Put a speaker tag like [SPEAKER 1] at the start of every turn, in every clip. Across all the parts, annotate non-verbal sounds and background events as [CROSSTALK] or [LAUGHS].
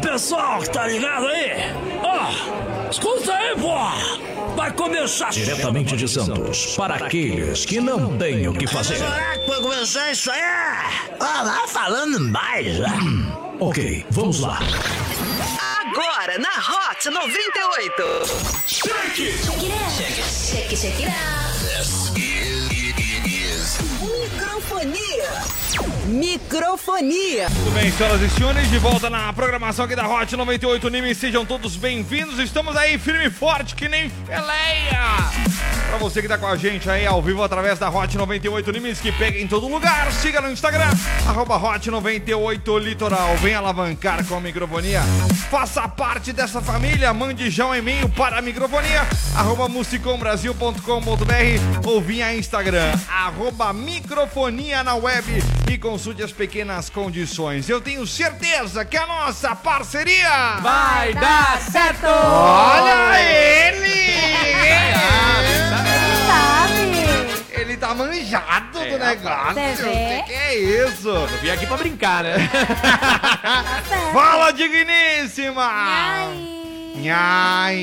[SPEAKER 1] pessoal que tá ligado aí? Ó, escuta aí, pô! Vai começar
[SPEAKER 2] Diretamente de Santos, para aqueles que não têm o que fazer.
[SPEAKER 1] Será que vai começar isso aí? Ó, lá falando mais. né?
[SPEAKER 2] Hum, Ok, vamos lá.
[SPEAKER 3] Agora na Hot 98.
[SPEAKER 4] Check, check it out.
[SPEAKER 3] Microfonia. Microfonia.
[SPEAKER 5] Tudo bem, senhoras e senhores, de volta na programação aqui da Hot 98 Anime. Sejam todos bem-vindos. Estamos aí firme e forte que nem peleia. Pra você que tá com a gente aí ao vivo através da Hot 98 Nimes, que pega em todo lugar, siga no Instagram, arroba Hot 98 Litoral. Vem alavancar com a microfonia. Faça parte dessa família, mande já um e-mail para a microfonia, arroba musicombrasil.com.br ou via Instagram, arroba microfonia na web e consulte as pequenas condições. Eu tenho certeza que a nossa parceria vai dar certo! Olha [LAUGHS] ele!
[SPEAKER 6] Sabe?
[SPEAKER 5] Ele tá manjado do negócio. Que
[SPEAKER 6] Você vê?
[SPEAKER 5] que é isso?
[SPEAKER 7] Vim aqui pra brincar, né?
[SPEAKER 5] Fala, digníssima!
[SPEAKER 6] Ai.
[SPEAKER 5] Nhai!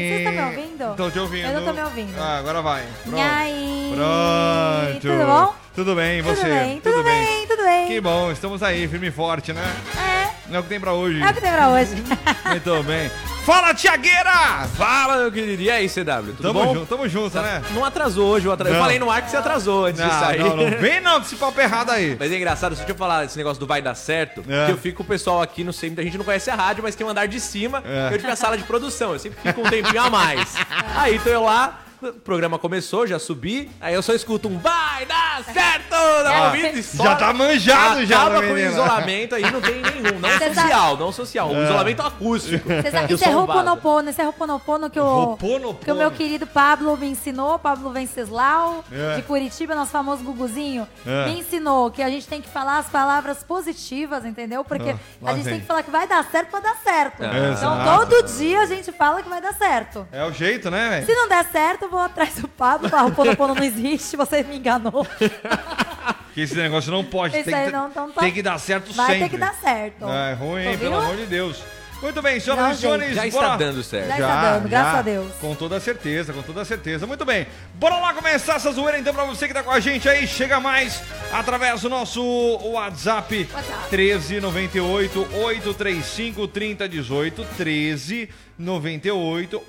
[SPEAKER 6] Vocês estão me ouvindo?
[SPEAKER 5] Tô te ouvindo.
[SPEAKER 6] Eu não tô me ouvindo.
[SPEAKER 5] Ah, agora vai. Pronto.
[SPEAKER 6] Nhai.
[SPEAKER 5] Pronto.
[SPEAKER 6] Tudo bom?
[SPEAKER 5] Tudo bem, e você?
[SPEAKER 6] Tudo bem, tudo, bem, tudo bem.
[SPEAKER 5] Que bom, estamos aí, firme e forte, né?
[SPEAKER 6] É,
[SPEAKER 5] Não é o que tem pra hoje.
[SPEAKER 6] é o que tem
[SPEAKER 5] [LAUGHS]
[SPEAKER 6] pra hoje.
[SPEAKER 5] Muito bem. Fala, Tiagueira!
[SPEAKER 7] Fala, meu querido. E aí, CW? Tudo
[SPEAKER 5] Tamo
[SPEAKER 7] bom?
[SPEAKER 5] junto, tamo junto, né?
[SPEAKER 7] Não atrasou hoje. Eu, atra- eu
[SPEAKER 5] Não.
[SPEAKER 7] falei no ar que você atrasou antes de
[SPEAKER 5] Não,
[SPEAKER 7] sair.
[SPEAKER 5] não, não vem não, com esse papo errado aí.
[SPEAKER 7] Mas é engraçado, só deixa eu falar esse negócio do vai dar certo,
[SPEAKER 5] É.
[SPEAKER 7] que eu fico com o pessoal aqui, não sei, muita gente não conhece a rádio, mas tem um andar de cima,
[SPEAKER 5] É.
[SPEAKER 7] eu tive a sala de produção, eu sempre fico um tempinho a
[SPEAKER 5] [LAUGHS]
[SPEAKER 7] mais. Aí tô eu lá, o programa começou, já subi, aí eu só escuto um vai dar certo na ouvida e só-
[SPEAKER 5] Ah, já tá manjado já,
[SPEAKER 7] Acaba
[SPEAKER 5] né,
[SPEAKER 7] com o
[SPEAKER 5] menina? É.
[SPEAKER 7] isolamento aí, não tem nenhum, não
[SPEAKER 6] Você
[SPEAKER 7] social, não social, um isolamento acústico.
[SPEAKER 6] Você sabe,
[SPEAKER 7] Eu
[SPEAKER 6] isso
[SPEAKER 7] sou
[SPEAKER 6] é
[SPEAKER 7] um vaza.
[SPEAKER 6] Roponopono, isso é Roponopono que o,
[SPEAKER 5] Ho'oponopono.
[SPEAKER 6] que o meu querido Pablo me ensinou, Pablo Venceslau,
[SPEAKER 5] É.
[SPEAKER 6] de Curitiba, nosso famoso Guguzinho,
[SPEAKER 5] É.
[SPEAKER 6] me ensinou que a gente tem que falar as palavras positivas, entendeu? Porque
[SPEAKER 5] Ah, lá
[SPEAKER 6] a gente
[SPEAKER 5] vem. É,
[SPEAKER 6] tem que falar que vai dar certo pra dar certo. Então
[SPEAKER 5] Exato.
[SPEAKER 6] todo dia a gente fala que vai dar certo.
[SPEAKER 5] É o jeito, né, velho?
[SPEAKER 6] Se não der certo, eu vou atrás do Pablo, falar, Roponopono não existe, você me enganou.
[SPEAKER 5] Que esse negócio não pode.
[SPEAKER 6] Esse
[SPEAKER 5] tem, que,
[SPEAKER 6] aí não, então tá-
[SPEAKER 5] tem que dar certo
[SPEAKER 6] Vai
[SPEAKER 5] sempre.
[SPEAKER 6] ter que dar certo.
[SPEAKER 5] É ruim,
[SPEAKER 6] Tô
[SPEAKER 5] pelo
[SPEAKER 6] viu?
[SPEAKER 5] amor de Deus. Muito bem, senhoras
[SPEAKER 6] Não,
[SPEAKER 5] e senhores.
[SPEAKER 7] Já está
[SPEAKER 5] bora-
[SPEAKER 7] dando certo.
[SPEAKER 6] Já está dando, graças a Deus.
[SPEAKER 5] Com toda certeza, com toda certeza. Muito bem, bora lá começar essa zoeira então pra você que tá com a gente aí. Chega mais através do nosso WhatsApp,
[SPEAKER 6] WhatsApp.
[SPEAKER 5] 1398 835 3018. 13 98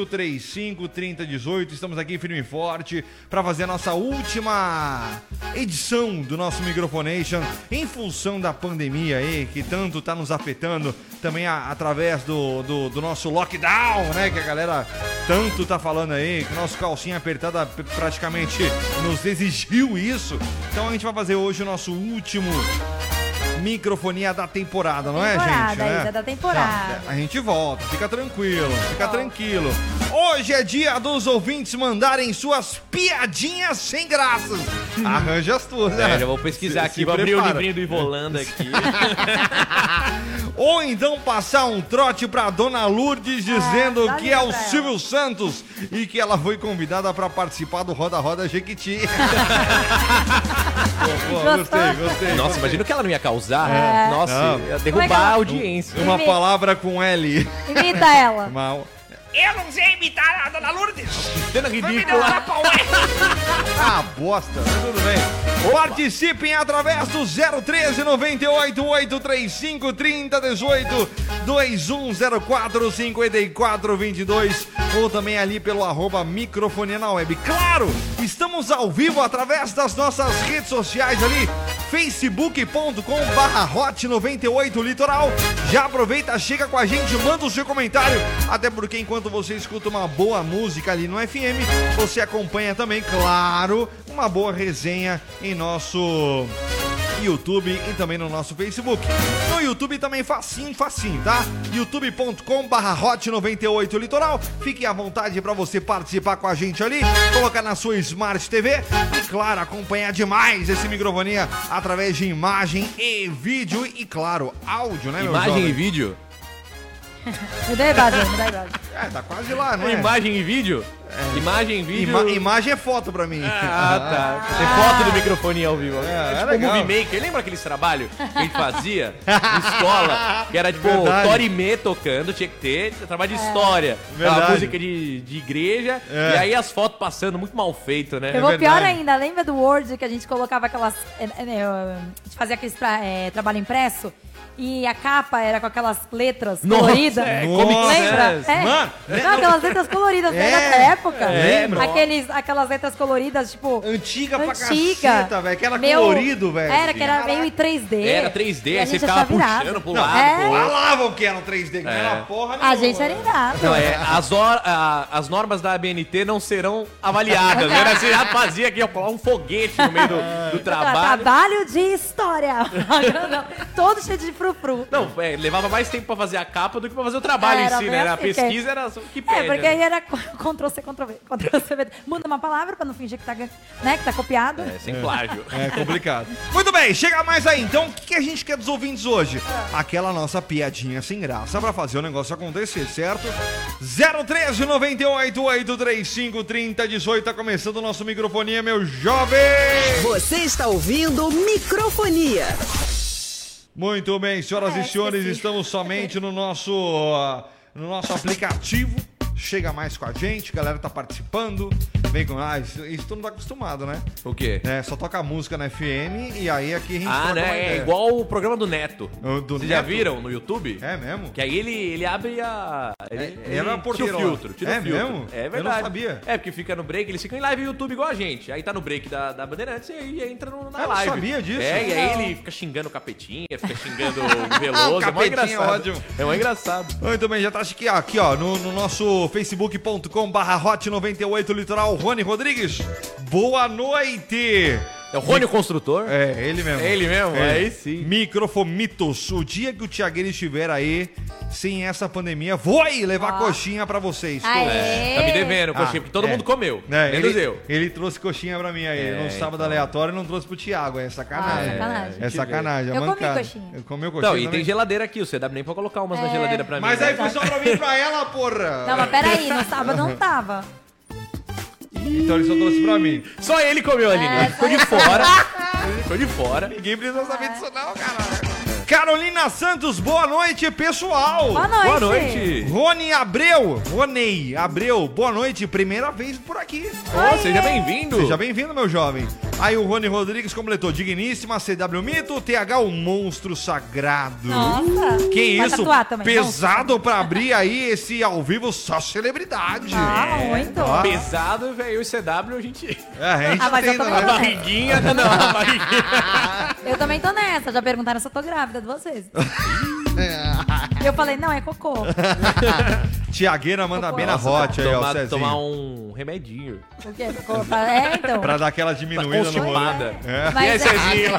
[SPEAKER 5] 835 3018. Estamos aqui firme e forte para fazer a nossa última edição do nosso Microfonation em função da pandemia aí que tanto tá nos afetando também a- através do, do, do nosso lockdown, né? Que a galera tanto tá falando aí, que o nosso calcinha apertada p- praticamente nos exigiu isso. Então a gente vai fazer hoje o nosso último microfonia da temporada, não é,
[SPEAKER 6] Temporada,
[SPEAKER 5] gente? né?
[SPEAKER 6] Isa, da temporada.
[SPEAKER 5] Tá, a gente volta, fica tranquilo, fica tranquilo. Hoje é dia dos ouvintes mandarem suas piadinhas sem graças. Arranja as tuas, né?
[SPEAKER 7] É, já vou pesquisar
[SPEAKER 5] Se-
[SPEAKER 7] aqui,
[SPEAKER 5] se
[SPEAKER 7] vou abrir o
[SPEAKER 5] prepara.
[SPEAKER 7] livrinho do Ivolanda
[SPEAKER 5] [LAUGHS]
[SPEAKER 7] aqui.
[SPEAKER 5] Ou então passar um trote pra Dona Lourdes dizendo
[SPEAKER 6] Ah, dá
[SPEAKER 5] que
[SPEAKER 6] liga
[SPEAKER 5] é o
[SPEAKER 6] pra ela.
[SPEAKER 5] Silvio Santos e que ela foi convidada pra participar do Roda Roda
[SPEAKER 6] [LAUGHS]
[SPEAKER 5] Jequiti. Pô, pô, gostei, gostei.
[SPEAKER 7] Nossa, imagina o que ela não ia causar. Nossa,
[SPEAKER 5] Não.
[SPEAKER 7] ia
[SPEAKER 6] Como é que
[SPEAKER 7] derrubar
[SPEAKER 6] ela-
[SPEAKER 7] a audiência.
[SPEAKER 5] Uma
[SPEAKER 6] Primeiro.
[SPEAKER 5] palavra com L.
[SPEAKER 6] Imita ela.
[SPEAKER 5] Mal.
[SPEAKER 7] Cena ridícula.
[SPEAKER 5] Ah, bosta. Tudo bem. Participem através do 013 98 835 3018 2104 5422 ou também ali pelo arroba microfonia na web. Claro, estamos ao vivo através das nossas redes sociais ali facebook.com barra hot 98 litoral já aproveita, chega com a gente manda o seu comentário, até porque enquanto você escuta uma boa música ali no FM você acompanha também, claro uma boa resenha em nosso YouTube e também no nosso Facebook. No YouTube também facinho, facinho, tá? youtube.com barra hot 98 litoral. Fique à vontade para você participar com a gente ali, colocar na sua Smart TV e, claro, acompanhar demais esse microfonia através de imagem e vídeo e, claro, áudio, né, meu
[SPEAKER 7] Imagem
[SPEAKER 5] jovem?
[SPEAKER 7] e vídeo?
[SPEAKER 6] Me dá a imagem, me dá a imagem.
[SPEAKER 5] É, tá quase lá, não
[SPEAKER 7] Tem
[SPEAKER 5] é?
[SPEAKER 7] Imagem e vídeo? Imagem e vídeo.
[SPEAKER 5] Ima- imagem é foto pra mim. [LAUGHS]
[SPEAKER 7] Ah, tá. Tem foto do microfone ao vivo.
[SPEAKER 5] É,
[SPEAKER 7] É,
[SPEAKER 5] é
[SPEAKER 7] tipo o
[SPEAKER 5] legal.
[SPEAKER 7] Movie Maker. Lembra aqueles trabalhos que a gente fazia em escola? Que era tipo
[SPEAKER 5] Verdade.
[SPEAKER 7] Torimê tocando, tinha que ter trabalho
[SPEAKER 6] É.
[SPEAKER 7] de história. Uma
[SPEAKER 5] Verdade.
[SPEAKER 7] música de, de igreja.
[SPEAKER 5] É.
[SPEAKER 7] E aí as fotos passando, muito mal feito, né?
[SPEAKER 6] Eu vou pior
[SPEAKER 5] verdade.
[SPEAKER 6] ainda, lembra do Word que a gente colocava aquelas. é, é, é, A gente fazia aqueles tra- é, trabalho impresso e a capa era com aquelas letras
[SPEAKER 7] Nossa,
[SPEAKER 6] coloridas.
[SPEAKER 7] é,
[SPEAKER 5] Comic
[SPEAKER 6] lembra?
[SPEAKER 7] Sans.
[SPEAKER 6] É.
[SPEAKER 5] Mano,
[SPEAKER 6] não, aquelas letras coloridas, né? Daquela
[SPEAKER 5] É,
[SPEAKER 6] época.
[SPEAKER 5] lembro.
[SPEAKER 6] Aqueles, aquelas letras coloridas, tipo.
[SPEAKER 5] Antiga pra
[SPEAKER 6] antiga.
[SPEAKER 5] caceta, velho. Aquela
[SPEAKER 6] Meu-
[SPEAKER 5] colorido, velho.
[SPEAKER 6] Era, que era
[SPEAKER 5] Caraca.
[SPEAKER 6] meio em 3D.
[SPEAKER 7] Era 3D,
[SPEAKER 6] E
[SPEAKER 7] aí
[SPEAKER 6] a
[SPEAKER 7] você
[SPEAKER 6] gente
[SPEAKER 7] ficava
[SPEAKER 6] achava irado. É,
[SPEAKER 7] puxando pro
[SPEAKER 5] Não,
[SPEAKER 7] lado, pro outro.
[SPEAKER 5] Falavam que era um 3D, que não era porra
[SPEAKER 6] A
[SPEAKER 5] nenhuma.
[SPEAKER 6] gente era irado.
[SPEAKER 7] Não, é, as, hor- a- as normas da ABNT não serão avaliadas. Né? Você já fazia aqui, ó, colar um foguete no meio do, do trabalho.
[SPEAKER 6] Trabalho de história. [LAUGHS] Grandão. Todo cheio de frufru.
[SPEAKER 7] Não, é, levava mais tempo pra fazer a capa do que pra fazer o trabalho
[SPEAKER 6] Era
[SPEAKER 7] em si,
[SPEAKER 6] bem
[SPEAKER 7] né? Era A
[SPEAKER 6] assim, que-
[SPEAKER 7] pesquisa era só o que
[SPEAKER 6] É,
[SPEAKER 7] pede. né?
[SPEAKER 6] porque aí era [LAUGHS] Ctrl C, Ctrl V, Ctrl C, V. Muda uma palavra pra não fingir que tá, gan- né, que tá copiado.
[SPEAKER 7] É, sem plágio.
[SPEAKER 5] É complicado. Muito bem, chega mais aí. Então, o que, que a gente quer dos ouvintes hoje? Aquela nossa piadinha sem graça pra fazer o negócio acontecer, certo? 013 98 835 3018. Tá começando o nosso microfonia, meu jovem.
[SPEAKER 3] Você está ouvindo Microfonia.
[SPEAKER 5] Muito bem, senhoras
[SPEAKER 6] Ah,
[SPEAKER 5] e senhores,
[SPEAKER 6] esqueci.
[SPEAKER 5] estamos somente no nosso, ah, no nosso aplicativo. Chega mais com a gente, a galera tá participando. Vem com. Ah, isso, isso tu não tá acostumado, né?
[SPEAKER 7] O quê?
[SPEAKER 5] É, só toca música na FM e aí aqui a gente
[SPEAKER 7] Ah,
[SPEAKER 5] troca uma
[SPEAKER 7] né? É
[SPEAKER 5] ideia.
[SPEAKER 7] igual o programa do Neto.
[SPEAKER 5] O do
[SPEAKER 7] Vocês já
[SPEAKER 5] Neto?
[SPEAKER 7] viram no YouTube?
[SPEAKER 5] É mesmo?
[SPEAKER 7] Que aí ele, ele abre a. Ele,
[SPEAKER 5] ele abre a porteira
[SPEAKER 7] tira o
[SPEAKER 5] lá.
[SPEAKER 7] filtro. Tira
[SPEAKER 5] É
[SPEAKER 7] o filtro.
[SPEAKER 5] mesmo?
[SPEAKER 7] É
[SPEAKER 5] Eu
[SPEAKER 7] verdade.
[SPEAKER 5] não sabia.
[SPEAKER 7] É, porque fica no break, eles ficam em live no YouTube igual a gente. Aí tá no break da, da Bandeirantes e aí entra no, na
[SPEAKER 5] Ah, Eu não
[SPEAKER 7] live.
[SPEAKER 5] sabia disso.
[SPEAKER 7] É, e aí
[SPEAKER 6] Não.
[SPEAKER 7] ele fica xingando o capetinha, fica xingando o [LAUGHS] Veloso. é mó
[SPEAKER 5] Capetinha é
[SPEAKER 7] engraçado.
[SPEAKER 5] ótimo.
[SPEAKER 7] É mó engraçado.
[SPEAKER 5] Muito bem, já tá aqui, ó, aqui, ó no, no nosso facebook.com barra hot 98 litoral, Rony Rodrigues. Boa noite!
[SPEAKER 7] É o Rony o Construtor.
[SPEAKER 5] É, ele mesmo.
[SPEAKER 7] É ele mesmo? Aí sim.
[SPEAKER 5] Microfomitos, o dia que o Tiagueira estiver aí, sem essa pandemia, vou aí levar coxinha pra vocês.
[SPEAKER 7] Tá me devendo, coxinha, porque todo
[SPEAKER 5] é.
[SPEAKER 7] mundo comeu.
[SPEAKER 5] É,
[SPEAKER 7] menos
[SPEAKER 5] ele,
[SPEAKER 7] eu. É, então.
[SPEAKER 5] ele trouxe coxinha pra mim aí, no sábado aleatório, e não trouxe pro Thiago, é sacanagem.
[SPEAKER 6] Ah, sacanagem.
[SPEAKER 5] É sacanagem, é
[SPEAKER 6] Eu comi
[SPEAKER 5] mancada.
[SPEAKER 6] coxinha.
[SPEAKER 5] Eu comi coxinha
[SPEAKER 7] Não, e
[SPEAKER 5] também.
[SPEAKER 7] tem geladeira aqui, você dá nem pra colocar umas na
[SPEAKER 6] É.
[SPEAKER 7] geladeira pra mim.
[SPEAKER 5] Mas
[SPEAKER 7] né?
[SPEAKER 5] aí foi só pra mim e pra ela, porra.
[SPEAKER 6] Não, mas peraí, no sábado não tava.
[SPEAKER 5] Então ele só trouxe pra mim.
[SPEAKER 7] Só ele comeu
[SPEAKER 6] É,
[SPEAKER 7] ali, né? Ficou de
[SPEAKER 6] [LAUGHS]
[SPEAKER 7] fora. Ficou de fora.
[SPEAKER 5] Ninguém precisa saber disso não, cara. Carolina Santos, boa noite, pessoal.
[SPEAKER 6] Boa noite.
[SPEAKER 7] Boa noite.
[SPEAKER 5] Rony Abreu, Ronei Abreu, boa noite, primeira vez por aqui.
[SPEAKER 7] Ô, seja bem-vindo.
[SPEAKER 5] Seja bem-vindo, meu jovem. Aí o Rony Rodrigues completou, digníssima CW Mito, TH, o monstro sagrado.
[SPEAKER 6] Nossa.
[SPEAKER 5] Que
[SPEAKER 6] Vai
[SPEAKER 5] isso,
[SPEAKER 6] tatuar também,
[SPEAKER 5] pesado pra abrir aí esse ao vivo só celebridade.
[SPEAKER 6] Ah,
[SPEAKER 7] É,
[SPEAKER 6] muito.
[SPEAKER 5] ó.
[SPEAKER 7] Pesado, velho. E CW, a gente.
[SPEAKER 5] É, a gente
[SPEAKER 6] Ah, mas eu
[SPEAKER 5] tenta,
[SPEAKER 6] também
[SPEAKER 5] né?
[SPEAKER 6] não.
[SPEAKER 7] Barriguinha. Não, a barriguinha.
[SPEAKER 6] Eu também tô nessa, já perguntaram se eu tô grávida
[SPEAKER 7] [LAUGHS]
[SPEAKER 6] de vocês. E eu falei, não, é cocô.
[SPEAKER 5] Tiagueira manda bem na
[SPEAKER 7] Nossa,
[SPEAKER 5] rote aí, ó,
[SPEAKER 7] tomar,
[SPEAKER 5] Cezinho.
[SPEAKER 7] tomar um remedinho.
[SPEAKER 6] O quê? Cocô? É, então.
[SPEAKER 5] Pra dar aquela
[SPEAKER 7] Tá
[SPEAKER 5] diminuída no rolê. É.
[SPEAKER 7] constipada. E aí,
[SPEAKER 6] Mas é-
[SPEAKER 7] Cezinho?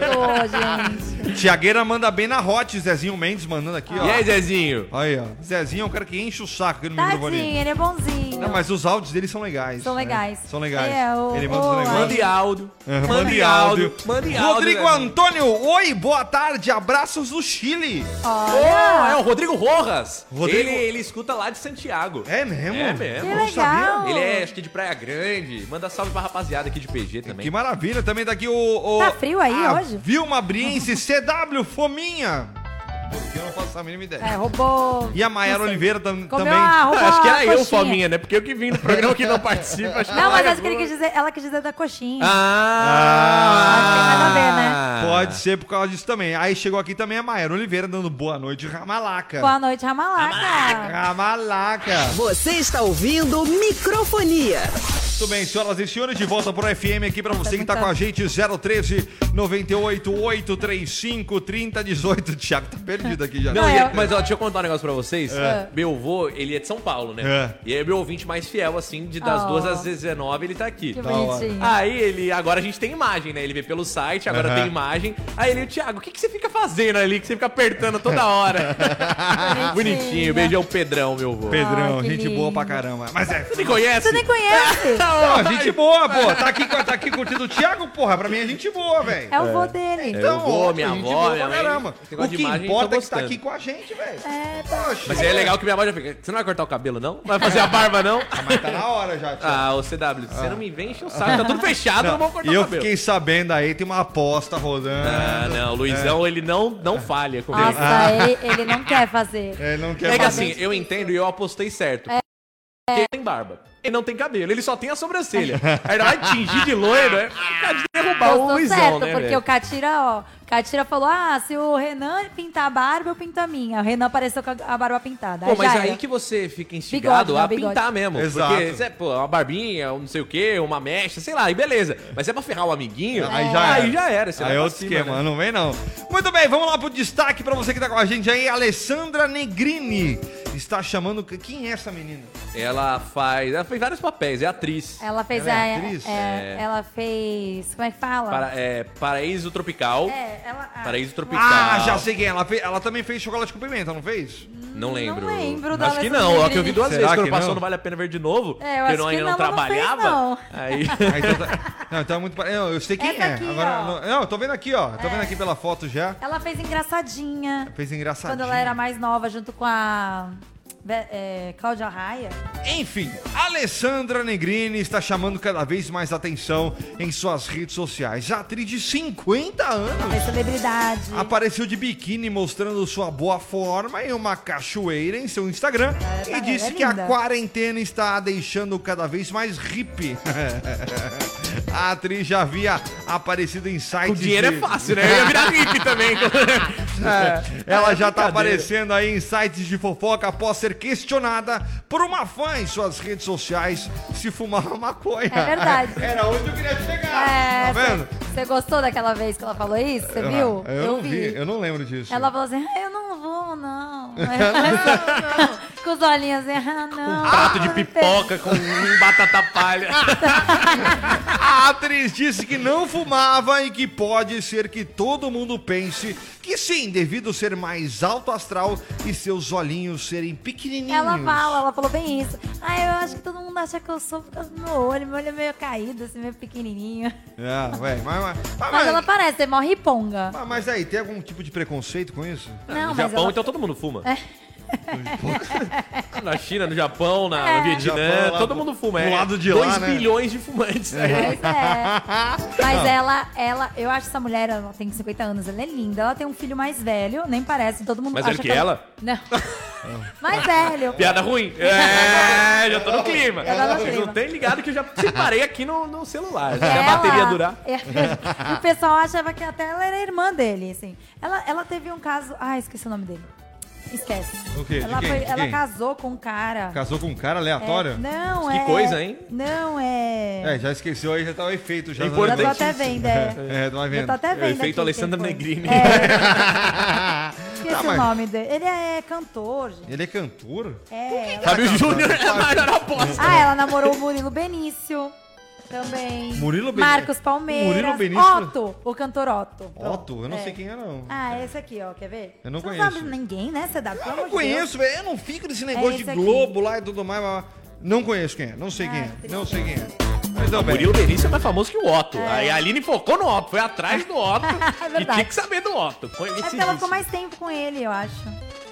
[SPEAKER 5] [LAUGHS]
[SPEAKER 6] Ô, gente.
[SPEAKER 5] Tiagueira manda bem na hot, Zezinho Mendes mandando aqui, ó.
[SPEAKER 7] E aí, Zezinho?
[SPEAKER 5] Aí, ó. Zezinho é um cara que enche o saco aqui no microfone.
[SPEAKER 6] Tadinho, ele é bonzinho.
[SPEAKER 5] Não, mas os áudios dele são legais.
[SPEAKER 6] São
[SPEAKER 5] né?
[SPEAKER 6] legais.
[SPEAKER 5] São legais.
[SPEAKER 6] É, o-
[SPEAKER 5] Ele manda
[SPEAKER 6] o-
[SPEAKER 5] os negócios.
[SPEAKER 7] Mande áudio.
[SPEAKER 5] Mande áudio.
[SPEAKER 7] Mande áudio.
[SPEAKER 5] Rodrigo
[SPEAKER 7] Zezinho.
[SPEAKER 5] Antônio, oi, boa tarde, abraços do Chile.
[SPEAKER 7] Oh, é o Rodrigo Rojas.
[SPEAKER 5] Rodrigo-
[SPEAKER 7] Ele, ele escuta lá de Santiago.
[SPEAKER 5] É mesmo?
[SPEAKER 7] É mesmo.
[SPEAKER 6] Que
[SPEAKER 5] Não sabia.
[SPEAKER 6] legal.
[SPEAKER 7] Ele é, acho que de Praia Grande. Manda salve pra rapaziada aqui de PG também.
[SPEAKER 5] Que maravilha, também daqui o... o
[SPEAKER 6] Tá frio aí
[SPEAKER 5] a
[SPEAKER 6] hoje?
[SPEAKER 5] Vilma
[SPEAKER 6] [LAUGHS]
[SPEAKER 5] Briense, CW, fominha. Porque eu não faço a mínima ideia.
[SPEAKER 6] É, roubou.
[SPEAKER 5] E a Mayara
[SPEAKER 6] não sei.
[SPEAKER 5] Oliveira tam-
[SPEAKER 6] Comeu
[SPEAKER 5] também.
[SPEAKER 6] a roupa-
[SPEAKER 7] Ah, Acho que era eu,
[SPEAKER 6] coxinha.
[SPEAKER 7] Fominha, né? Porque eu que vim no programa que não participa. acho que
[SPEAKER 6] Não, mas
[SPEAKER 7] era
[SPEAKER 6] acho que ele
[SPEAKER 7] eu.
[SPEAKER 6] quis dizer, ela quis dizer da coxinha.
[SPEAKER 7] Ah!
[SPEAKER 6] Ah,
[SPEAKER 5] Pode ser por causa disso também. Aí chegou aqui também a Mayara Oliveira dando boa noite, Ramalaca.
[SPEAKER 6] Boa noite,
[SPEAKER 5] Ah,
[SPEAKER 6] Ramalaca.
[SPEAKER 5] Ramalaca.
[SPEAKER 3] Você está ouvindo Microfonia.
[SPEAKER 5] Muito bem, senhoras e senhores, de volta pro FM aqui pra você que tá com a gente, 013 98 835 3018. Thiago tá perdido aqui já.
[SPEAKER 7] Não,
[SPEAKER 6] Ah,
[SPEAKER 7] e-
[SPEAKER 6] eu-
[SPEAKER 7] mas ó, deixa eu contar um negócio pra vocês.
[SPEAKER 6] É.
[SPEAKER 7] Meu avô, ele é de São Paulo, né?
[SPEAKER 5] É.
[SPEAKER 7] E é meu ouvinte mais fiel, assim, de das
[SPEAKER 6] Oh.
[SPEAKER 7] 2 às 19 ele tá aqui.
[SPEAKER 6] Que
[SPEAKER 5] Da hora.
[SPEAKER 6] bonitinho.
[SPEAKER 7] Aí ele, agora a gente tem imagem, né? Ele vê pelo site, agora
[SPEAKER 5] Aham.
[SPEAKER 7] tem imagem. Aí ele, Thiago, o que, que você fica fazendo ali? Que você fica apertando toda
[SPEAKER 5] [LAUGHS]
[SPEAKER 7] hora. Bonitinho, beijo ao Pedrão, meu avô.
[SPEAKER 5] Pedrão,
[SPEAKER 6] Ah, que
[SPEAKER 5] gente
[SPEAKER 6] lindo.
[SPEAKER 5] boa pra caramba. Mas é.
[SPEAKER 7] Você me conhece? [LAUGHS]
[SPEAKER 6] Você nem conhece.
[SPEAKER 5] Não, gente boa, pô. Tá aqui, tá aqui curtindo o Thiago, porra. Pra mim é gente boa, velho. velho.
[SPEAKER 6] É o vô dele.
[SPEAKER 7] Então, vou, minha
[SPEAKER 5] a gente
[SPEAKER 7] avó,
[SPEAKER 5] voa
[SPEAKER 7] minha
[SPEAKER 5] pra
[SPEAKER 7] mãe.
[SPEAKER 5] caramba.
[SPEAKER 7] Esse
[SPEAKER 5] O
[SPEAKER 7] negócio de
[SPEAKER 5] que
[SPEAKER 7] imagem,
[SPEAKER 5] importa
[SPEAKER 7] tô
[SPEAKER 5] é que tá
[SPEAKER 7] gostando.
[SPEAKER 5] aqui com a gente, velho.
[SPEAKER 6] É,
[SPEAKER 5] Poxa.
[SPEAKER 7] Mas é legal que minha avó já fica. Você não vai cortar o cabelo, não? Vai fazer a
[SPEAKER 5] [LAUGHS]
[SPEAKER 7] barba, não?
[SPEAKER 5] Mas tá na hora já, tio.
[SPEAKER 7] Ah, o CW, você não me vem encher o saco, tá tudo fechado, não, vou cortar
[SPEAKER 5] E
[SPEAKER 7] o
[SPEAKER 5] eu
[SPEAKER 7] cabelo.
[SPEAKER 5] fiquei sabendo aí, tem uma aposta rodando.
[SPEAKER 7] Ah, não, o Luizão, ele não, não falha comigo.
[SPEAKER 6] Nossa, ele, ele não quer fazer.
[SPEAKER 5] É, não quer
[SPEAKER 7] É que
[SPEAKER 5] mais-
[SPEAKER 7] assim, eu entendo e eu apostei certo.
[SPEAKER 6] É.
[SPEAKER 7] Porque ele tem barba. Ele não tem cabelo, ele só tem a
[SPEAKER 6] [LAUGHS]
[SPEAKER 7] sobrancelha. Aí ele vai atingir de loiro, é ficar de derrubar o
[SPEAKER 6] Postou
[SPEAKER 7] Luizão,
[SPEAKER 6] certo,
[SPEAKER 7] né,
[SPEAKER 6] porque
[SPEAKER 7] velho?
[SPEAKER 6] o Catira, ó, o Catira falou: ah, se o Renan pintar a barba, eu pinto a minha. O Renan apareceu com a barba pintada.
[SPEAKER 7] Pô, mas
[SPEAKER 6] já
[SPEAKER 7] aí
[SPEAKER 6] era.
[SPEAKER 7] que você fica instigado
[SPEAKER 6] Bigode,
[SPEAKER 7] a
[SPEAKER 6] não, bigode.
[SPEAKER 7] pintar mesmo.
[SPEAKER 5] Exato.
[SPEAKER 7] Porque, cê, é, pô, uma barbinha, um não sei o quê, uma mecha, sei lá, e beleza. Mas é pra ferrar o amiguinho,
[SPEAKER 5] Aí já
[SPEAKER 7] Ah, aí
[SPEAKER 5] era.
[SPEAKER 7] já era. você
[SPEAKER 5] Aí
[SPEAKER 7] vai
[SPEAKER 5] é
[SPEAKER 7] pra
[SPEAKER 5] outro
[SPEAKER 7] cima,
[SPEAKER 5] esquema,
[SPEAKER 7] né?
[SPEAKER 5] não vem não. Muito bem, vamos lá pro destaque pra você que tá com a gente aí. Alessandra Negrini está chamando. Quem é essa menina?
[SPEAKER 7] Ela faz. Ela fez vários papéis, é atriz.
[SPEAKER 6] Ela fez
[SPEAKER 5] Ela é
[SPEAKER 6] a.
[SPEAKER 5] atriz?
[SPEAKER 6] é, Ela fez. Como é que fala?
[SPEAKER 7] Para, é, Paraíso Tropical.
[SPEAKER 6] É, ela. ah,
[SPEAKER 7] Paraíso Tropical.
[SPEAKER 5] Ah, já sei quem é. Ela, fe- ela também fez chocolate com pimenta, não
[SPEAKER 7] [LAUGHS]
[SPEAKER 5] fez?
[SPEAKER 7] Não lembro.
[SPEAKER 6] Não lembro da
[SPEAKER 7] Acho que
[SPEAKER 6] Alessandra
[SPEAKER 7] não, ó, que eu vi
[SPEAKER 6] Negrini.
[SPEAKER 7] duas
[SPEAKER 5] Será
[SPEAKER 7] vezes. Quando
[SPEAKER 5] que
[SPEAKER 7] passou,
[SPEAKER 5] não?
[SPEAKER 7] não vale a pena ver de novo.
[SPEAKER 6] É, eu
[SPEAKER 7] porque
[SPEAKER 6] acho que
[SPEAKER 7] ainda não,
[SPEAKER 6] não, ela não fez,
[SPEAKER 7] trabalhava.
[SPEAKER 6] não.
[SPEAKER 7] Aí. [LAUGHS]
[SPEAKER 5] Ah, então tá- Não, então é muito. pare- Eu, eu sei quem
[SPEAKER 6] Essa
[SPEAKER 5] é.
[SPEAKER 6] aqui,
[SPEAKER 5] Agora,
[SPEAKER 6] ó.
[SPEAKER 5] não, não, eu tô vendo aqui, ó. Tô vendo aqui pela foto já.
[SPEAKER 6] Ela fez engraçadinha.
[SPEAKER 5] Fez engraçadinho.
[SPEAKER 6] Quando ela era mais nova, junto com a. Ve- é, Cláudia Raia.
[SPEAKER 5] Enfim, Alessandra Negrini está chamando cada vez mais atenção em suas redes sociais. A atriz de 50 anos
[SPEAKER 6] É celebridade.
[SPEAKER 5] apareceu de biquíni mostrando sua boa forma em uma cachoeira em seu Instagram
[SPEAKER 6] tá-
[SPEAKER 5] e disse
[SPEAKER 6] é
[SPEAKER 5] que a
[SPEAKER 6] linda.
[SPEAKER 5] quarentena está a deixando cada vez mais hippie. [LAUGHS] A atriz já havia aparecido em sites
[SPEAKER 7] O dinheiro é
[SPEAKER 5] de-
[SPEAKER 7] fácil, né? Eu ia virar hippie também.
[SPEAKER 5] Ela já tá
[SPEAKER 7] brincadeira.
[SPEAKER 5] aparecendo aí em sites de fofoca após ser questionada por uma fã em suas redes sociais se fumava maconha.
[SPEAKER 6] É verdade.
[SPEAKER 5] [LAUGHS] Era onde eu queria chegar. tá
[SPEAKER 6] É,
[SPEAKER 5] vendo?
[SPEAKER 6] Você gostou daquela vez que ela falou isso? Você viu?
[SPEAKER 5] Eu, não vi. eu não lembro disso.
[SPEAKER 6] Ela falou assim: ah, eu não
[SPEAKER 5] [LAUGHS]
[SPEAKER 6] vou, não. não, não. Com os olhinhos assim, ah, não.
[SPEAKER 7] um Prato de pipoca com um batata palha.
[SPEAKER 5] A atriz disse que não fumava e que pode ser que todo mundo pense que sim, devido ser mais alto astral e seus olhinhos serem pequenininhos.
[SPEAKER 6] Ela fala, ela falou bem isso. Ah, eu acho que todo mundo acha que eu sou por causa do meu olho. Meu olho é meio caído, assim, meio pequenininho.
[SPEAKER 5] É, ué, mas, mas, mas, Ah,
[SPEAKER 6] Mas ela parece, é mó riponga.
[SPEAKER 5] mas- mas aí, tem algum tipo de preconceito com isso?
[SPEAKER 6] Não,
[SPEAKER 7] no
[SPEAKER 6] mas
[SPEAKER 7] Japão,
[SPEAKER 6] ela- É.
[SPEAKER 7] então todo mundo fuma. [LAUGHS] na China, no Japão, na, no
[SPEAKER 6] É.
[SPEAKER 7] Vietnã,
[SPEAKER 5] Japão, lá
[SPEAKER 7] todo
[SPEAKER 5] do-
[SPEAKER 7] mundo fuma.
[SPEAKER 5] do
[SPEAKER 7] é
[SPEAKER 5] lado de
[SPEAKER 7] 2
[SPEAKER 5] lá, né?
[SPEAKER 7] bilhões de fumantes.
[SPEAKER 6] Pois é. Mas ela, ela, eu acho essa mulher, ela tem 50 anos, ela é linda. Ela tem um filho mais velho, nem parece, todo mundo
[SPEAKER 7] Mais
[SPEAKER 6] acha
[SPEAKER 7] velho que ela?
[SPEAKER 6] Não. mais velho.
[SPEAKER 7] [LAUGHS] Piada ruim. É,
[SPEAKER 6] [LAUGHS]
[SPEAKER 7] já tô no clima.
[SPEAKER 6] Já tá no
[SPEAKER 7] Vocês
[SPEAKER 6] clima. É,
[SPEAKER 7] não tem ligado que eu já separei aqui no, no celular. Se
[SPEAKER 6] E
[SPEAKER 7] a
[SPEAKER 6] ela-
[SPEAKER 7] bateria durar.
[SPEAKER 6] [LAUGHS] e o pessoal achava que até ela era irmã dele, assim. Ela, ela teve um caso. Ah, esqueci o nome dele. Esquece.
[SPEAKER 5] O quê? De
[SPEAKER 6] Ela,
[SPEAKER 5] quem? De
[SPEAKER 6] ela
[SPEAKER 5] quem?
[SPEAKER 6] casou com um cara.
[SPEAKER 5] Casou com um cara
[SPEAKER 6] É,
[SPEAKER 5] aleatório?
[SPEAKER 6] não,
[SPEAKER 7] Que
[SPEAKER 6] é.
[SPEAKER 7] coisa, hein?
[SPEAKER 6] Não, é.
[SPEAKER 5] É, já esqueceu aí, já tá o efeito já.
[SPEAKER 6] já tô
[SPEAKER 7] Importante.
[SPEAKER 6] até vendo, é.
[SPEAKER 5] [LAUGHS] É, não é
[SPEAKER 6] Já
[SPEAKER 5] vendo.
[SPEAKER 6] tô até vendo.
[SPEAKER 7] Efeito
[SPEAKER 6] aqui
[SPEAKER 7] Alessandra
[SPEAKER 6] quem foi.
[SPEAKER 7] Negrini.
[SPEAKER 5] [LAUGHS]
[SPEAKER 6] É, esqueci
[SPEAKER 5] Tá,
[SPEAKER 6] o
[SPEAKER 5] mas-
[SPEAKER 6] nome dele. Ele é cantor, gente.
[SPEAKER 5] Ele é cantor? Tá,
[SPEAKER 6] É.
[SPEAKER 7] Fábio [LAUGHS] Júnior é a maior aposta.
[SPEAKER 6] Ah, ela namorou o Murilo Benício. Também.
[SPEAKER 5] Murilo Ben-
[SPEAKER 6] Marcos Palmeiras.
[SPEAKER 5] Murilo Benício?
[SPEAKER 6] Otto, o cantor Otto. Pronto.
[SPEAKER 5] Otto? Eu não
[SPEAKER 6] É.
[SPEAKER 5] sei quem é, não.
[SPEAKER 6] Ah, esse aqui, ó, quer ver?
[SPEAKER 5] Eu não
[SPEAKER 6] Você
[SPEAKER 5] conheço.
[SPEAKER 6] Não sabe ninguém, né, CW? Pelo
[SPEAKER 5] Ah, Eu
[SPEAKER 6] amor
[SPEAKER 5] não
[SPEAKER 6] de É
[SPEAKER 5] conheço, velho. Eu não fico nesse negócio de
[SPEAKER 6] esse aqui.
[SPEAKER 5] Globo lá e tudo mais. mas- Não conheço quem é, não sei quem
[SPEAKER 6] Ah,
[SPEAKER 5] é.
[SPEAKER 6] triste.
[SPEAKER 5] Não sei quem é. Mas não, bem.
[SPEAKER 7] Murilo Benício é mais famoso que o Otto. Aí a Aline focou no Otto, foi atrás do
[SPEAKER 6] [LAUGHS]
[SPEAKER 7] Otto. e
[SPEAKER 6] É verdade.
[SPEAKER 7] tinha que saber do Otto. Foi
[SPEAKER 6] Deus. É porque ela ficou mais tempo com ele, eu acho.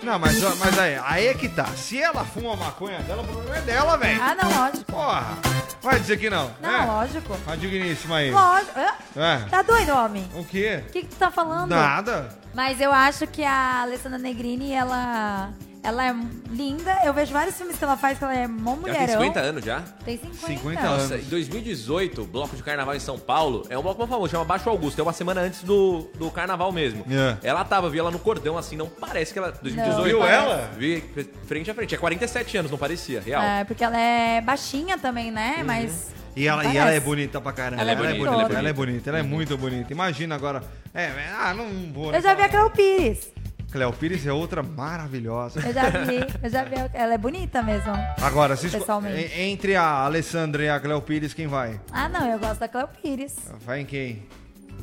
[SPEAKER 5] Não, mas, ó, mas aí, aí é que tá. Se ela fuma a maconha dela, o problema é dela, velho.
[SPEAKER 6] Ah, não, lógico.
[SPEAKER 5] Porra. Vai dizer que não.
[SPEAKER 6] Não,
[SPEAKER 5] né?
[SPEAKER 6] lógico.
[SPEAKER 5] A digníssima aí.
[SPEAKER 6] Lógico. Hã?
[SPEAKER 5] É.
[SPEAKER 6] Tá doido, homem?
[SPEAKER 5] O quê?
[SPEAKER 6] O que, que tu tá falando?
[SPEAKER 5] Nada.
[SPEAKER 6] Mas eu acho que a Alessandra Negrini, ela. Ela é linda. Eu vejo vários filmes que ela faz que ela é mó
[SPEAKER 7] Ela tem é
[SPEAKER 6] mulherão.
[SPEAKER 7] 50 anos já.
[SPEAKER 6] Tem 50.
[SPEAKER 5] 50 anos.
[SPEAKER 7] Nossa, em 2018, o bloco de carnaval em São Paulo é um bloco muito famoso, chama Baixo Augusto, é uma semana antes do, do carnaval mesmo.
[SPEAKER 5] É.
[SPEAKER 7] Ela tava, vi ela no cordão assim, não parece que ela. 2018.
[SPEAKER 5] Viu
[SPEAKER 7] parece.
[SPEAKER 5] ela?
[SPEAKER 7] Vi frente a frente. É 47 anos, não parecia, real.
[SPEAKER 6] É, porque ela é baixinha também, né? Mas.
[SPEAKER 5] Uhum. E ela, e
[SPEAKER 6] parece.
[SPEAKER 5] ela é bonita pra caramba.
[SPEAKER 7] Ela é bonita,
[SPEAKER 5] Ela é bonita,
[SPEAKER 7] toda.
[SPEAKER 5] ela é, bonita, ela é muito bonita. Imagina agora. É, é, ah, não vou.
[SPEAKER 6] Eu já vi a Cléo Pires.
[SPEAKER 5] Cléo Pires é outra maravilhosa.
[SPEAKER 6] Eu já vi. Eu já vi. a- Ela é bonita mesmo.
[SPEAKER 5] Agora, se esco- É,
[SPEAKER 6] Pessoalmente.
[SPEAKER 5] en- entre a Alessandra e a Cléo Pires, quem vai?
[SPEAKER 6] Ah, não, eu gosto da Cléo Pires.
[SPEAKER 5] Vai em quem?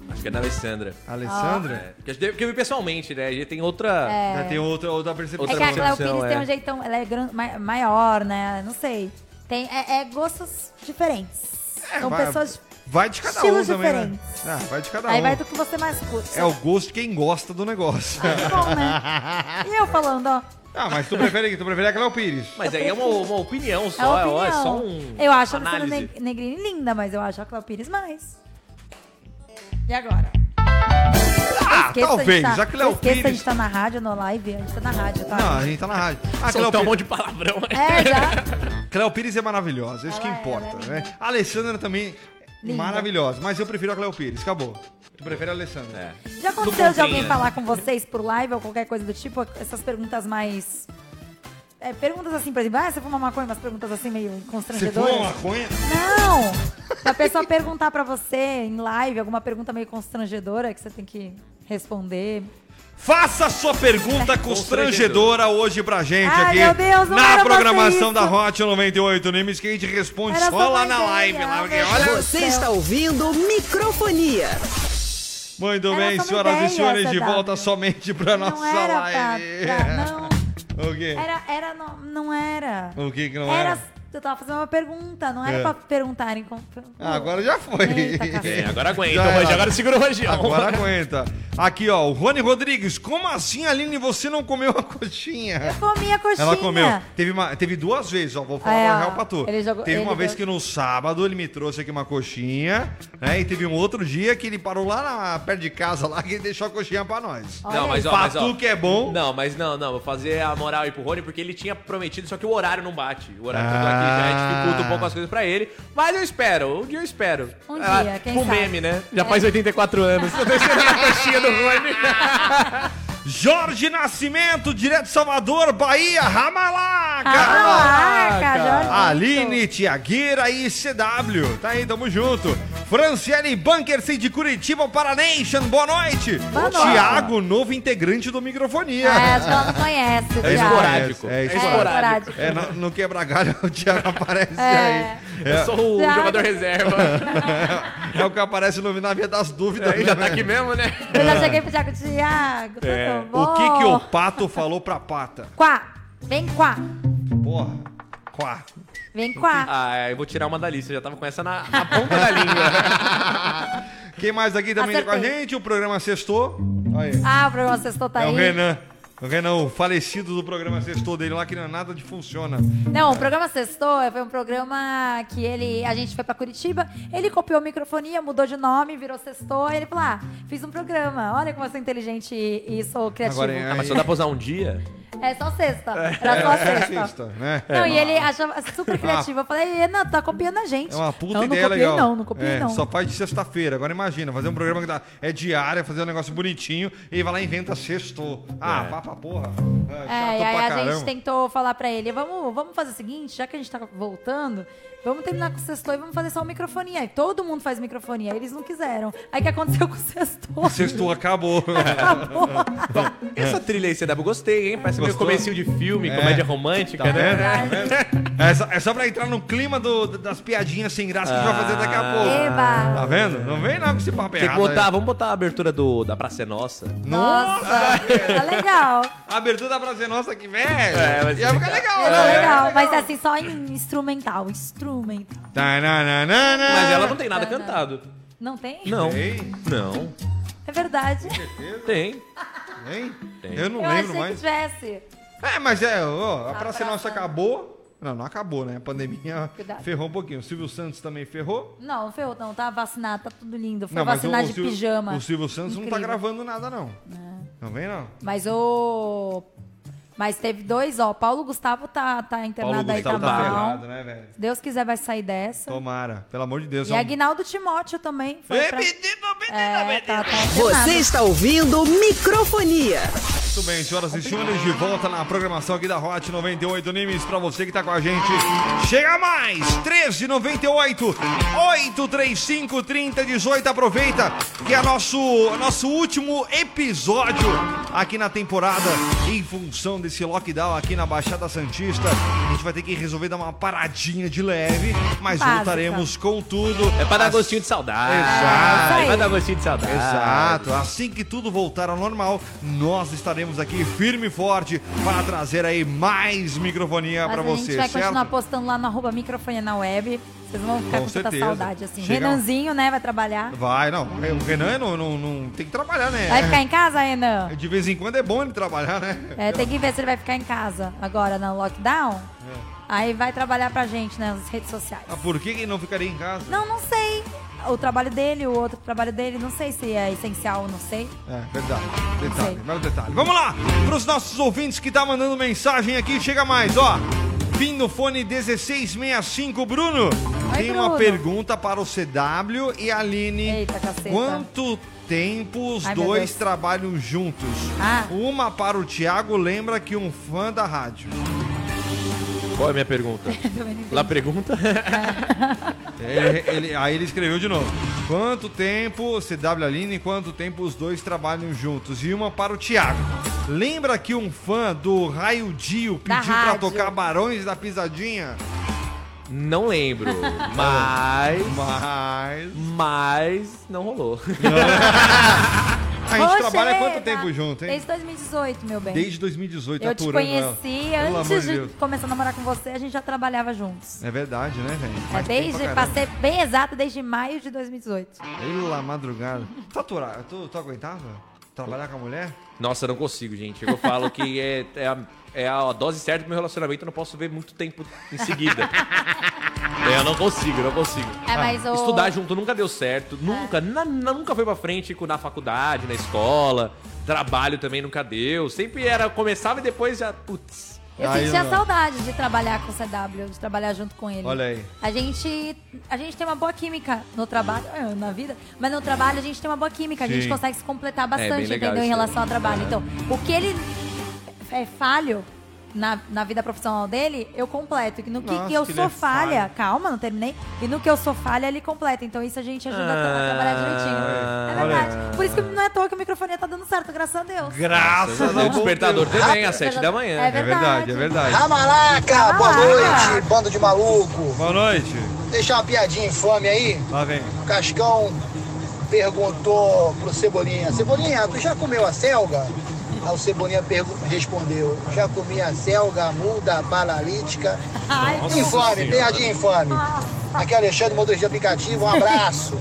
[SPEAKER 7] Acho que é da Alessandra.
[SPEAKER 5] A Alessandra?
[SPEAKER 7] É, porque eu- porque eu vi pessoalmente, né? E tem outra.
[SPEAKER 5] Já tem outra, outra percepção.
[SPEAKER 6] Ah, É que
[SPEAKER 7] Outra
[SPEAKER 6] a Cléo
[SPEAKER 7] concepção,
[SPEAKER 6] Pires
[SPEAKER 7] é.
[SPEAKER 6] tem um jeitão. Ela é gran- ma- maior, né? Não sei. Tem, é, é gostos diferentes. São
[SPEAKER 5] vai-
[SPEAKER 6] pessoas
[SPEAKER 5] Vai de cada um
[SPEAKER 4] Estilos
[SPEAKER 5] também, né?
[SPEAKER 4] diferentes.
[SPEAKER 5] Ah, vai de cada
[SPEAKER 6] Aí
[SPEAKER 5] um.
[SPEAKER 6] vai do que você mais curte.
[SPEAKER 5] É o gosto de quem gosta do negócio.
[SPEAKER 6] bom, né? E eu falando, ó.
[SPEAKER 5] [LAUGHS] ah, mas tu prefere, tu prefere a Cléo Pires.
[SPEAKER 7] Mas aí é uma, uma opinião
[SPEAKER 6] É uma
[SPEAKER 7] só, é, ó,
[SPEAKER 6] opinião.
[SPEAKER 7] é só um.
[SPEAKER 6] eu acho a Luciana
[SPEAKER 7] análise.
[SPEAKER 6] Neg- Negrini linda, mas eu acho a Cléo Pires mais. E agora?
[SPEAKER 5] Ah,
[SPEAKER 6] Esqueça,
[SPEAKER 5] talvez.
[SPEAKER 6] A gente tá,
[SPEAKER 5] A Cléo
[SPEAKER 6] esqueça, a
[SPEAKER 5] Pires.
[SPEAKER 6] gente tá na rádio, no live, a gente tá na rádio, tá?
[SPEAKER 5] Não, a gente tá na rádio. A Cléo,
[SPEAKER 7] Soltar um
[SPEAKER 5] Pires-
[SPEAKER 7] monte de palavrão.
[SPEAKER 5] [LAUGHS]
[SPEAKER 6] É, já.
[SPEAKER 5] Cléo Pires é maravilhosa, isso que
[SPEAKER 6] Ela é,
[SPEAKER 5] importa,
[SPEAKER 6] ela é
[SPEAKER 5] né? A Alessandra também é
[SPEAKER 6] Linda.
[SPEAKER 5] maravilhosa, mas eu prefiro a Cléo Pires, acabou. Tu prefere a Alessandra?
[SPEAKER 7] É.
[SPEAKER 6] Já aconteceu
[SPEAKER 7] Tudo
[SPEAKER 6] de alguém
[SPEAKER 7] bem, né?
[SPEAKER 6] falar com vocês por live ou qualquer coisa do tipo? Essas perguntas mais. é, perguntas assim, por exemplo, ah, você fuma maconha? Umas perguntas assim meio
[SPEAKER 5] Se for uma
[SPEAKER 6] constrangedoras.
[SPEAKER 5] maconha...
[SPEAKER 6] Não! Se a pessoa perguntar pra você em live alguma pergunta meio constrangedora que você tem que responder.
[SPEAKER 5] Faça sua
[SPEAKER 6] [LAUGHS]
[SPEAKER 5] pergunta constrangedora hoje pra gente aqui
[SPEAKER 6] Ai, meu Deus, não era
[SPEAKER 5] na
[SPEAKER 6] pra
[SPEAKER 5] programação
[SPEAKER 6] ser
[SPEAKER 5] da
[SPEAKER 6] isso.
[SPEAKER 5] Hot 98 Nimes que a gente responde
[SPEAKER 6] Era
[SPEAKER 5] só
[SPEAKER 6] só
[SPEAKER 5] lá
[SPEAKER 6] uma
[SPEAKER 5] na
[SPEAKER 6] ideia,
[SPEAKER 5] live, lá, porque
[SPEAKER 6] meu
[SPEAKER 5] olha...
[SPEAKER 6] Deus.
[SPEAKER 3] Você está ouvindo Microfonia.
[SPEAKER 5] Muito
[SPEAKER 6] Era
[SPEAKER 5] bem,
[SPEAKER 6] só uma
[SPEAKER 5] senhoras e
[SPEAKER 6] ideia
[SPEAKER 5] senhores,
[SPEAKER 6] essa,
[SPEAKER 5] de volta
[SPEAKER 6] W.
[SPEAKER 5] somente pra
[SPEAKER 6] não
[SPEAKER 5] nossa
[SPEAKER 6] era
[SPEAKER 5] live.
[SPEAKER 6] pra. pra- não.
[SPEAKER 5] [LAUGHS] O quê?
[SPEAKER 6] Era, era, não, não era.
[SPEAKER 5] O que que não era?
[SPEAKER 6] era? Eu tava fazendo uma pergunta, não era
[SPEAKER 5] É.
[SPEAKER 6] pra perguntarem. com-
[SPEAKER 5] Ah, agora já foi. [LAUGHS]
[SPEAKER 6] Eita, cacete.
[SPEAKER 7] É, agora aguenta,
[SPEAKER 5] Já
[SPEAKER 7] o Rangel.
[SPEAKER 5] era.
[SPEAKER 7] Agora segura o Rangel.
[SPEAKER 5] Agora aguenta. Aqui, ó, o Rony Rodrigues. Como assim, Aline, você não comeu a coxinha?
[SPEAKER 6] Comi a coxinha.
[SPEAKER 5] É. Ela comeu. Teve, uma, teve duas vezes, ó. Vou falar
[SPEAKER 6] É,
[SPEAKER 5] a
[SPEAKER 6] ó,
[SPEAKER 5] real pra tu.
[SPEAKER 6] ele jogou-
[SPEAKER 5] teve uma
[SPEAKER 6] ele
[SPEAKER 5] vez
[SPEAKER 6] deu-
[SPEAKER 5] que no sábado ele me trouxe aqui uma coxinha, né? E teve um outro dia que ele parou lá na, perto de casa lá [LAUGHS] que ele deixou a coxinha pra nós.
[SPEAKER 7] Não, mas ó, mas, ó.
[SPEAKER 5] Patu que é bom.
[SPEAKER 7] Não, mas não, não. Vou fazer a moral aí pro Rony, porque ele tinha prometido, só que o horário não bate. O horário que eu tô aqui já
[SPEAKER 5] Ah.
[SPEAKER 7] dificulta um pouco as coisas pra ele. Mas eu espero, um dia eu espero.
[SPEAKER 6] Um dia, quem
[SPEAKER 7] com
[SPEAKER 6] sabe.
[SPEAKER 7] meme,
[SPEAKER 6] [LAUGHS]
[SPEAKER 7] né? Já faz 84 anos. Eu tô esperando a coxinha do Rony.
[SPEAKER 5] Jorge Nascimento, direto de Salvador, Bahia,
[SPEAKER 6] Ah,
[SPEAKER 5] Ramalaca!
[SPEAKER 6] Caraca, Jorge.
[SPEAKER 5] Ah, Aline, Tiagueira e CW. Tá aí, tamo junto. Franciele Bunkersey de Curitiba, Paranation, boa noite.
[SPEAKER 6] Boa noite.
[SPEAKER 5] Tiago, novo integrante do Microfonia.
[SPEAKER 6] É, acho que ela não conhece,
[SPEAKER 5] É
[SPEAKER 6] Thiago.
[SPEAKER 5] esporádico.
[SPEAKER 7] É
[SPEAKER 5] É
[SPEAKER 7] esporádico.
[SPEAKER 5] É, no, no quebra-galho [LAUGHS] o Tiago aparece
[SPEAKER 6] É.
[SPEAKER 5] aí. É,
[SPEAKER 7] Eu sou o
[SPEAKER 6] Já.
[SPEAKER 7] jogador reserva.
[SPEAKER 5] é o que aparece no Na Via das Dúvidas.
[SPEAKER 7] Ele já tá
[SPEAKER 5] né?
[SPEAKER 7] aqui mesmo, né?
[SPEAKER 6] Eu já cheguei pro Thiago, Thiago, tudo bom?
[SPEAKER 5] É. O que que o Pato falou pra Pata?
[SPEAKER 6] Quá, vem quá,
[SPEAKER 5] Porra, quá.
[SPEAKER 6] vem
[SPEAKER 5] [LAUGHS]
[SPEAKER 6] quá.
[SPEAKER 7] Ah, eu vou tirar uma da lista. Eu já tava com essa na, na ponta da língua.
[SPEAKER 6] [LAUGHS]
[SPEAKER 5] Quem mais aqui também tá com a
[SPEAKER 6] Acertei.
[SPEAKER 5] gente? O programa Sextou. Aí.
[SPEAKER 6] Ah, o programa Sextou tá
[SPEAKER 5] É
[SPEAKER 6] aí.
[SPEAKER 5] o Renan. O Renan, o falecido do programa Sextou dele lá, que não é nada de funciona.
[SPEAKER 6] Não, o programa Sextou foi um programa que ele, a gente foi pra Curitiba, ele copiou a microfonia, mudou de nome, virou Sextou, e ele falou, ah, fiz um programa, olha como eu sou inteligente e, e sou criativo.
[SPEAKER 5] Agora é-
[SPEAKER 7] ah, mas só dá pra usar um dia?
[SPEAKER 6] É só sexta, era só sexta.
[SPEAKER 5] Sexta, né?
[SPEAKER 6] Não, e ele achava super criativo. Eu falei, "Renan, tá copiando a gente.
[SPEAKER 5] É uma puta
[SPEAKER 6] não,
[SPEAKER 5] ideia
[SPEAKER 6] não copiei,
[SPEAKER 5] legal.
[SPEAKER 6] Não, não copiei,
[SPEAKER 5] É,
[SPEAKER 6] não.
[SPEAKER 5] Só faz de sexta-feira. Agora imagina, fazer um programa que dá, é diário, fazer um negócio bonitinho e vai lá e inventa sexto. Ah, vá pra porra.
[SPEAKER 6] É,
[SPEAKER 5] Tá chato
[SPEAKER 6] e aí
[SPEAKER 5] pra
[SPEAKER 6] a
[SPEAKER 5] caramba.
[SPEAKER 6] gente tentou falar pra ele, vamos, vamos fazer o seguinte, já que a gente tá voltando, vamos terminar com o sextou e vamos fazer só microfonia. E todo mundo faz microfonia, eles não quiseram. Aí o que aconteceu com o
[SPEAKER 5] [LAUGHS]
[SPEAKER 6] sextou?
[SPEAKER 5] Sexto acabou.
[SPEAKER 6] [LAUGHS] Acabou.
[SPEAKER 7] Essa trilha aí, CW, gostei, hein? Parece meio
[SPEAKER 5] É. Gostou? Tá
[SPEAKER 7] comecinho de filme, comédia romântica, né?
[SPEAKER 5] É só, é só pra entrar no clima do- das piadinhas sem graça que a gente vai fazer daqui
[SPEAKER 6] Ah.
[SPEAKER 5] a pouco.
[SPEAKER 6] Eba.
[SPEAKER 5] Tá vendo? Não vem não com esse papo
[SPEAKER 7] Tem que
[SPEAKER 5] errado. né? aí.
[SPEAKER 7] botar, vamos botar a abertura do, da Praça é Nossa.
[SPEAKER 6] Nossa, tá legal.
[SPEAKER 5] A abertura da Prazer Nossa aqui, velho.
[SPEAKER 7] É, mas-
[SPEAKER 5] Ia ficar legal,
[SPEAKER 6] Tá
[SPEAKER 5] né?
[SPEAKER 6] legal. Mas assim, só em instrumental. Instrumental. Ah,
[SPEAKER 5] Tananana.
[SPEAKER 7] Mas ela não tem
[SPEAKER 6] tá,
[SPEAKER 7] nada cantado.
[SPEAKER 6] Não tem?
[SPEAKER 7] Não.
[SPEAKER 5] Tem?
[SPEAKER 7] Não.
[SPEAKER 6] É verdade.
[SPEAKER 7] Tem.
[SPEAKER 5] Tem?
[SPEAKER 7] Tem.
[SPEAKER 5] Eu não
[SPEAKER 6] Eu
[SPEAKER 5] lembro
[SPEAKER 6] achei que
[SPEAKER 5] mais.
[SPEAKER 6] tivesse.
[SPEAKER 5] É, mas é, ó, a Praça
[SPEAKER 6] praça.
[SPEAKER 5] Nossa acabou. Não, não acabou, né? A pandemia
[SPEAKER 6] Cuidado.
[SPEAKER 5] ferrou um pouquinho. O Silvio Santos também ferrou.
[SPEAKER 6] Não, Feu, não, tá vacinado, tá tudo lindo. Foi
[SPEAKER 5] Não, mas
[SPEAKER 6] vacinar de
[SPEAKER 5] Silvio-
[SPEAKER 6] pijama.
[SPEAKER 5] O Silvio Santos não tá
[SPEAKER 6] Incrível. É.
[SPEAKER 5] gravando nada, não. Não vem, não.
[SPEAKER 6] Mas o. Mas teve dois, ó. Paulo Gustavo tá, tá internado aí, tá
[SPEAKER 5] Gustavo
[SPEAKER 6] mal.
[SPEAKER 5] ferrado, né, velho?
[SPEAKER 6] Se Deus quiser, vai sair dessa.
[SPEAKER 5] Tomara, pelo amor de Deus.
[SPEAKER 6] E
[SPEAKER 5] é um-
[SPEAKER 6] Aguinaldo Timóteo também. Foi
[SPEAKER 5] Ei,
[SPEAKER 6] pra-
[SPEAKER 5] menino, menino,
[SPEAKER 6] É,
[SPEAKER 5] menino.
[SPEAKER 6] tá, tá internado.
[SPEAKER 3] Você está ouvindo Microfonia.
[SPEAKER 5] Muito bem, senhoras e senhores, de volta na programação aqui da Hot 98 Nimes pra você que tá com a gente. Chega mais! 1398 835 3018. Aproveita que é nosso nosso último episódio aqui na temporada em função desse lockdown aqui na Baixada Santista. A gente vai ter que resolver dar uma paradinha de leve, mas
[SPEAKER 6] Básica.
[SPEAKER 5] voltaremos com tudo.
[SPEAKER 7] É pra dar
[SPEAKER 5] As-
[SPEAKER 7] gostinho de saudade.
[SPEAKER 5] Exato.
[SPEAKER 7] É pra dar gostinho de saudade.
[SPEAKER 5] Exato. Assim que tudo voltar ao normal, nós estaremos aqui firme e forte para trazer aí mais microfonia
[SPEAKER 6] Mas
[SPEAKER 5] para
[SPEAKER 6] a gente
[SPEAKER 5] você,
[SPEAKER 6] vai
[SPEAKER 5] certo?
[SPEAKER 6] continuar postando lá no arroba microfonia na web. Vocês vão ficar
[SPEAKER 5] Com
[SPEAKER 6] com, tanta
[SPEAKER 5] certeza.
[SPEAKER 6] saudade, assim.
[SPEAKER 5] Chega- um-
[SPEAKER 6] Renanzinho, né, vai trabalhar.
[SPEAKER 5] Vai, não. O Renan não, não- não- tem que trabalhar, né?
[SPEAKER 6] Vai ficar em casa, Renan?
[SPEAKER 5] De vez em quando é bom ele trabalhar, né?
[SPEAKER 6] É, tem que ver se ele vai ficar em casa agora no lockdown.
[SPEAKER 5] É.
[SPEAKER 6] Aí vai trabalhar pra gente né, nas redes sociais.
[SPEAKER 5] Ah, por que que ele não ficaria em casa?
[SPEAKER 6] Não, não sei. O trabalho dele, o outro trabalho dele, não sei se é essencial, não sei.
[SPEAKER 5] É, verdade. Detalhe,
[SPEAKER 6] Sei.
[SPEAKER 5] vários detalhes. Vamos lá, pros nossos ouvintes que tá mandando mensagem aqui, chega mais, ó. Fim do fone 1665, Bruno.
[SPEAKER 6] Oi,
[SPEAKER 5] tem uma
[SPEAKER 6] Bruno.
[SPEAKER 5] pergunta para o CW e a Aline.
[SPEAKER 6] Eita, caceta.
[SPEAKER 5] Quanto tempo os
[SPEAKER 6] Ai, meu
[SPEAKER 5] dois
[SPEAKER 6] Deus.
[SPEAKER 5] trabalham juntos?
[SPEAKER 6] Ah.
[SPEAKER 5] Uma para o Thiago lembra que um fã da rádio.
[SPEAKER 7] Qual é a minha pergunta? Lá pergunta? [LAUGHS]
[SPEAKER 5] Ele- ele- aí ele escreveu de novo. Quanto tempo, CW Aline, quanto tempo os dois trabalham juntos? E uma para o Thiago. Lembra que um fã do Raio Dio
[SPEAKER 6] Da
[SPEAKER 5] pediu pra
[SPEAKER 6] rádio.
[SPEAKER 5] tocar Barões da Pisadinha?
[SPEAKER 7] Não lembro, mas...
[SPEAKER 5] Mas.
[SPEAKER 7] Mas não [LAUGHS] rolou.
[SPEAKER 5] A gente trabalha quanto tempo junto, hein?
[SPEAKER 6] Desde 2018, meu bem.
[SPEAKER 5] Desde 2018,
[SPEAKER 6] é, tá. Eu te
[SPEAKER 5] aturando ela.
[SPEAKER 6] conheci
[SPEAKER 5] Pelo amor
[SPEAKER 6] antes
[SPEAKER 5] de
[SPEAKER 6] de
[SPEAKER 5] Deus.
[SPEAKER 6] começar a namorar com você, a gente já trabalhava juntos.
[SPEAKER 5] É verdade, né, velho?
[SPEAKER 6] É
[SPEAKER 5] Faz tempo
[SPEAKER 6] desde,
[SPEAKER 5] pra
[SPEAKER 6] pra
[SPEAKER 5] caramba.
[SPEAKER 6] ser bem exato, desde maio de 2018.
[SPEAKER 5] Pela madrugada. Tá aturado? Tu, tu aguentava? Trabalhar com a mulher?
[SPEAKER 7] Nossa, eu não consigo, gente. Eu falo que é, é, a, é a dose certa pro meu relacionamento, eu não posso ver muito tempo em seguida. [LAUGHS] É, eu não consigo, eu não consigo.
[SPEAKER 6] É,
[SPEAKER 5] Ah,
[SPEAKER 6] mas o-
[SPEAKER 7] Estudar junto nunca deu certo, nunca, na- na- nunca foi pra frente com- na faculdade, na escola, trabalho também nunca deu. Sempre era, começava e depois já, putz.
[SPEAKER 6] Eu
[SPEAKER 5] Aí
[SPEAKER 6] sentia
[SPEAKER 5] não.
[SPEAKER 6] saudade de trabalhar com o CW, de trabalhar junto com ele.
[SPEAKER 5] Olha aí.
[SPEAKER 6] A gente, a gente tem uma boa química no trabalho, é, na vida, mas no trabalho a gente tem uma boa química, a
[SPEAKER 5] Sim. É,
[SPEAKER 6] gente consegue se completar
[SPEAKER 7] bem
[SPEAKER 6] bastante,
[SPEAKER 7] legal
[SPEAKER 6] entendeu? Em
[SPEAKER 7] isso
[SPEAKER 6] relação ao trabalho. Então, o que ele é falho na, na vida profissional dele, eu completo. E no que,
[SPEAKER 5] Nossa,
[SPEAKER 6] que eu
[SPEAKER 5] que ele é
[SPEAKER 6] sou falha,
[SPEAKER 5] falho.
[SPEAKER 6] calma, não terminei. E no que eu sou falha, ele completa. Então isso a gente ajuda a trabalhar
[SPEAKER 7] Ah,
[SPEAKER 6] direitinho. É verdade. Por isso que não é à toa que o microfone tá dando certo, graças a Deus.
[SPEAKER 5] Graças
[SPEAKER 6] Tá
[SPEAKER 7] O despertador também, às sete da
[SPEAKER 6] É
[SPEAKER 7] manhã.
[SPEAKER 5] É verdade, é verdade.
[SPEAKER 4] Camaraca, boa
[SPEAKER 6] Camaraca.
[SPEAKER 4] noite, bando de maluco.
[SPEAKER 5] Boa noite.
[SPEAKER 4] Deixar uma piadinha infame aí.
[SPEAKER 5] Lá vem.
[SPEAKER 4] O Cascão perguntou pro Cebolinha, Cebolinha, tu já comeu a selga? Aí o Cebolinha pergu- respondeu, já comi a selga, a muda, a balalítica.
[SPEAKER 6] Ai,
[SPEAKER 4] Infame, piadinha infame. Aqui é Alexandre, motorista de aplicativo, um abraço.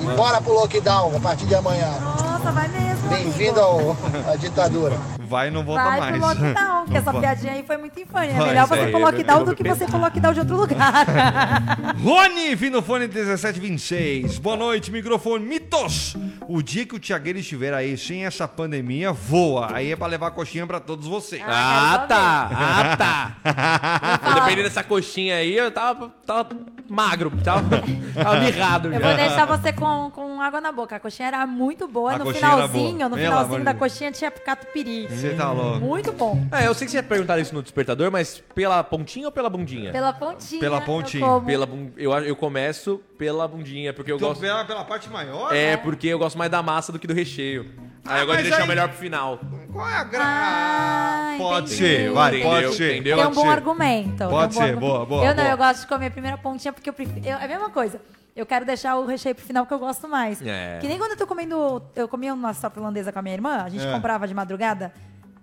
[SPEAKER 4] E bora pro lockdown a partir de amanhã.
[SPEAKER 6] nossa, vai mesmo.
[SPEAKER 4] Bem-vindo
[SPEAKER 6] amigo.
[SPEAKER 4] ao- à ditadura.
[SPEAKER 5] Vai e não volta
[SPEAKER 6] Vai
[SPEAKER 5] mais.
[SPEAKER 6] pro lockdown, porque essa
[SPEAKER 5] Vai.
[SPEAKER 6] piadinha aí foi muito infame. É
[SPEAKER 5] Vai,
[SPEAKER 6] melhor você
[SPEAKER 5] isso aí,
[SPEAKER 6] pro lockdown do que você pro lockdown de outro lugar.
[SPEAKER 5] [LAUGHS] Rony Vinofone 1726. Boa noite, microfone Mitos. O dia que o Tiagueiro estiver aí sem essa pandemia, voa. Aí é pra levar coxinha pra todos vocês.
[SPEAKER 7] Ah, tá, ah, tá. Eu
[SPEAKER 6] falar.
[SPEAKER 7] dependendo dessa coxinha aí, eu tava, tava magro, tava, tava mirrado.
[SPEAKER 6] Eu
[SPEAKER 7] já.
[SPEAKER 6] vou deixar você com, com água na boca. A coxinha era muito boa.
[SPEAKER 5] A
[SPEAKER 6] no
[SPEAKER 5] coxinha era boa.
[SPEAKER 6] finalzinho,
[SPEAKER 5] Pelo
[SPEAKER 6] no
[SPEAKER 5] amor de
[SPEAKER 6] finalzinho da
[SPEAKER 5] Deus.
[SPEAKER 6] coxinha tinha catupiry.
[SPEAKER 5] Você tá louco.
[SPEAKER 6] Muito bom.
[SPEAKER 7] É, eu sei que você ia perguntar isso no despertador, mas pela pontinha ou pela bundinha?
[SPEAKER 6] Pela pontinha.
[SPEAKER 5] Pela
[SPEAKER 6] eu
[SPEAKER 5] pontinha.
[SPEAKER 6] como.
[SPEAKER 7] Pela bun- eu, eu começo pela bundinha, porque eu
[SPEAKER 5] Então,
[SPEAKER 7] gosto.
[SPEAKER 5] pela, pela parte maior? né?
[SPEAKER 7] É, porque eu gosto mais da massa do que do recheio. Aí
[SPEAKER 5] Ah,
[SPEAKER 7] eu gosto
[SPEAKER 5] mas
[SPEAKER 7] de deixar
[SPEAKER 5] aí-
[SPEAKER 7] melhor pro final.
[SPEAKER 5] Qual é a
[SPEAKER 6] Ah,
[SPEAKER 5] graça? pode
[SPEAKER 6] entendi.
[SPEAKER 5] ser, vai,
[SPEAKER 7] Entendeu,
[SPEAKER 5] pode ser.
[SPEAKER 7] entendeu?
[SPEAKER 6] é um
[SPEAKER 5] pode
[SPEAKER 6] bom
[SPEAKER 5] ser.
[SPEAKER 6] argumento. é um
[SPEAKER 5] Pode
[SPEAKER 6] bom
[SPEAKER 5] ser,
[SPEAKER 6] argumento.
[SPEAKER 5] boa, boa,
[SPEAKER 6] Eu não,
[SPEAKER 5] boa.
[SPEAKER 6] eu gosto de comer a primeira pontinha porque eu prefiro. eu- é a mesma coisa. Eu quero deixar o recheio pro final que eu gosto mais.
[SPEAKER 7] É.
[SPEAKER 6] Que nem quando eu tô comendo. Eu comia uma sopa holandesa com a minha irmã, a gente
[SPEAKER 5] É.
[SPEAKER 6] comprava de madrugada.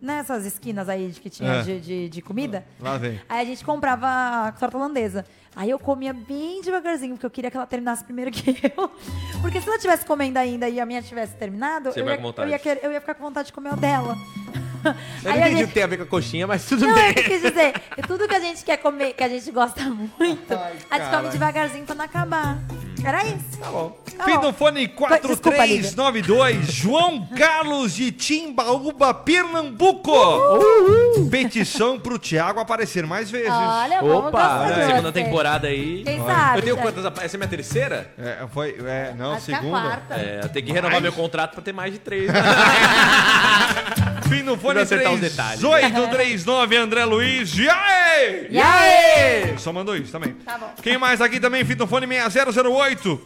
[SPEAKER 6] Nessas esquinas aí de que tinha
[SPEAKER 5] É.
[SPEAKER 6] de, de- de comida.
[SPEAKER 5] Lá vem.
[SPEAKER 6] Aí a gente comprava a torta holandesa. Aí eu comia bem devagarzinho, porque eu queria que ela terminasse primeiro que [LAUGHS] eu. Porque se ela tivesse comendo ainda e a minha tivesse terminado,
[SPEAKER 7] Você
[SPEAKER 6] eu
[SPEAKER 7] vai
[SPEAKER 6] ia,
[SPEAKER 7] com vontade.
[SPEAKER 6] eu, ia querer- eu ia ficar com vontade de comer
[SPEAKER 5] [LAUGHS]
[SPEAKER 6] o dela.
[SPEAKER 7] Eu
[SPEAKER 6] Aí
[SPEAKER 7] não
[SPEAKER 6] a
[SPEAKER 7] entendi o
[SPEAKER 6] gente-
[SPEAKER 7] que tem a ver com a coxinha, mas tudo
[SPEAKER 6] não, é
[SPEAKER 7] bem.
[SPEAKER 6] eu
[SPEAKER 5] [LAUGHS]
[SPEAKER 6] quis dizer, tudo que a gente quer comer, que a gente gosta muito, a gente
[SPEAKER 5] caralho.
[SPEAKER 6] come devagarzinho quando acabar. Era isso. Tá bom.
[SPEAKER 5] Fim do fone
[SPEAKER 6] Desculpa, Lívia.
[SPEAKER 5] 4392, João Carlos de Timbaúba, Pernambuco. Petição pro Thiago aparecer mais vezes.
[SPEAKER 6] Olha, vamos
[SPEAKER 7] Opa,
[SPEAKER 6] gostar de
[SPEAKER 7] olha, segunda
[SPEAKER 6] você.
[SPEAKER 7] temporada aí.
[SPEAKER 6] Quem sabe?
[SPEAKER 7] Eu tenho
[SPEAKER 6] já.
[SPEAKER 7] quantas? apa- Essa é minha terceira?
[SPEAKER 5] É, foi, é, não,
[SPEAKER 6] Acho que é a
[SPEAKER 5] segunda.
[SPEAKER 6] quarta.
[SPEAKER 7] É, eu tenho que renovar meu contrato pra ter mais de três. né?
[SPEAKER 5] Fim no fone
[SPEAKER 7] Vou acertar os detalhes.
[SPEAKER 5] 3839, André Luiz. E aí?
[SPEAKER 6] E aí?
[SPEAKER 5] Só mandou isso também.
[SPEAKER 6] Tá bom.
[SPEAKER 5] Quem mais aqui também? Fim no fone 6008.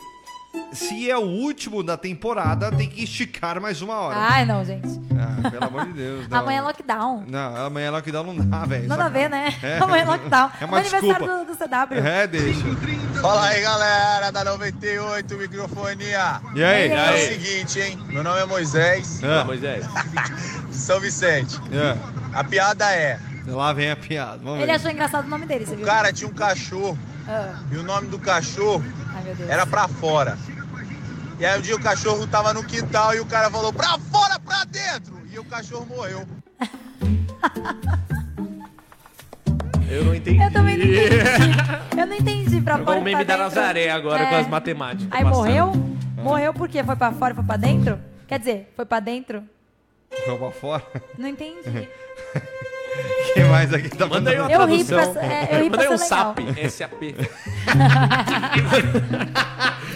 [SPEAKER 5] Se é o último da temporada, tem que esticar mais uma hora.
[SPEAKER 6] Ai, não, gente.
[SPEAKER 5] Ah, pelo amor de Deus. não.
[SPEAKER 6] Amanhã é lockdown.
[SPEAKER 5] Não, amanhã é lockdown não dá, velho.
[SPEAKER 6] Nada a
[SPEAKER 5] Sacanagem.
[SPEAKER 6] ver, né?
[SPEAKER 5] É.
[SPEAKER 6] Amanhã é lockdown.
[SPEAKER 5] É
[SPEAKER 6] É
[SPEAKER 5] uma
[SPEAKER 6] o aniversário
[SPEAKER 5] desculpa.
[SPEAKER 6] do, do CW.
[SPEAKER 5] É, deixa.
[SPEAKER 4] Fala aí, galera da 98 Microfonia.
[SPEAKER 5] E aí?
[SPEAKER 6] E
[SPEAKER 4] É o
[SPEAKER 6] aí?
[SPEAKER 4] seguinte, hein? Meu nome é Moisés,
[SPEAKER 5] Ah,
[SPEAKER 7] Moisés.
[SPEAKER 4] São Vicente.
[SPEAKER 5] ah.
[SPEAKER 4] A piada é:
[SPEAKER 5] é. Lá vem a piada. Vamos
[SPEAKER 6] Ele
[SPEAKER 5] ver. É,
[SPEAKER 6] achou engraçado o nome dele, você viu?
[SPEAKER 4] o cara tinha um cachorro
[SPEAKER 6] Ah,
[SPEAKER 8] E o nome do cachorro
[SPEAKER 6] ai, meu
[SPEAKER 5] É
[SPEAKER 6] Deus.
[SPEAKER 8] era pra fora. E aí um dia o cachorro tava no quintal e o cara falou, pra fora, pra dentro! E o cachorro morreu.
[SPEAKER 7] Eu não entendi.
[SPEAKER 6] Eu também não entendi. Eu não entendi pra
[SPEAKER 7] Igual
[SPEAKER 6] fora.
[SPEAKER 7] o meme
[SPEAKER 6] e pra
[SPEAKER 7] da
[SPEAKER 6] dentro.
[SPEAKER 7] Nazaré agora
[SPEAKER 6] É.
[SPEAKER 7] com as matemáticas.
[SPEAKER 6] Aí
[SPEAKER 7] passando.
[SPEAKER 6] morreu? Morreu porque foi pra fora e foi pra dentro? Quer dizer, foi pra dentro?
[SPEAKER 5] Foi pra fora. [LAUGHS]
[SPEAKER 6] Não
[SPEAKER 5] Uhum.
[SPEAKER 6] entendi.
[SPEAKER 5] Quem mais aqui tá
[SPEAKER 7] Manda aí uma
[SPEAKER 6] Eu ri
[SPEAKER 7] tradução.
[SPEAKER 6] pra- é, eu ri
[SPEAKER 7] Manda aí
[SPEAKER 6] pra
[SPEAKER 7] um
[SPEAKER 6] ser legal.
[SPEAKER 7] SAP. SAP.
[SPEAKER 6] [LAUGHS]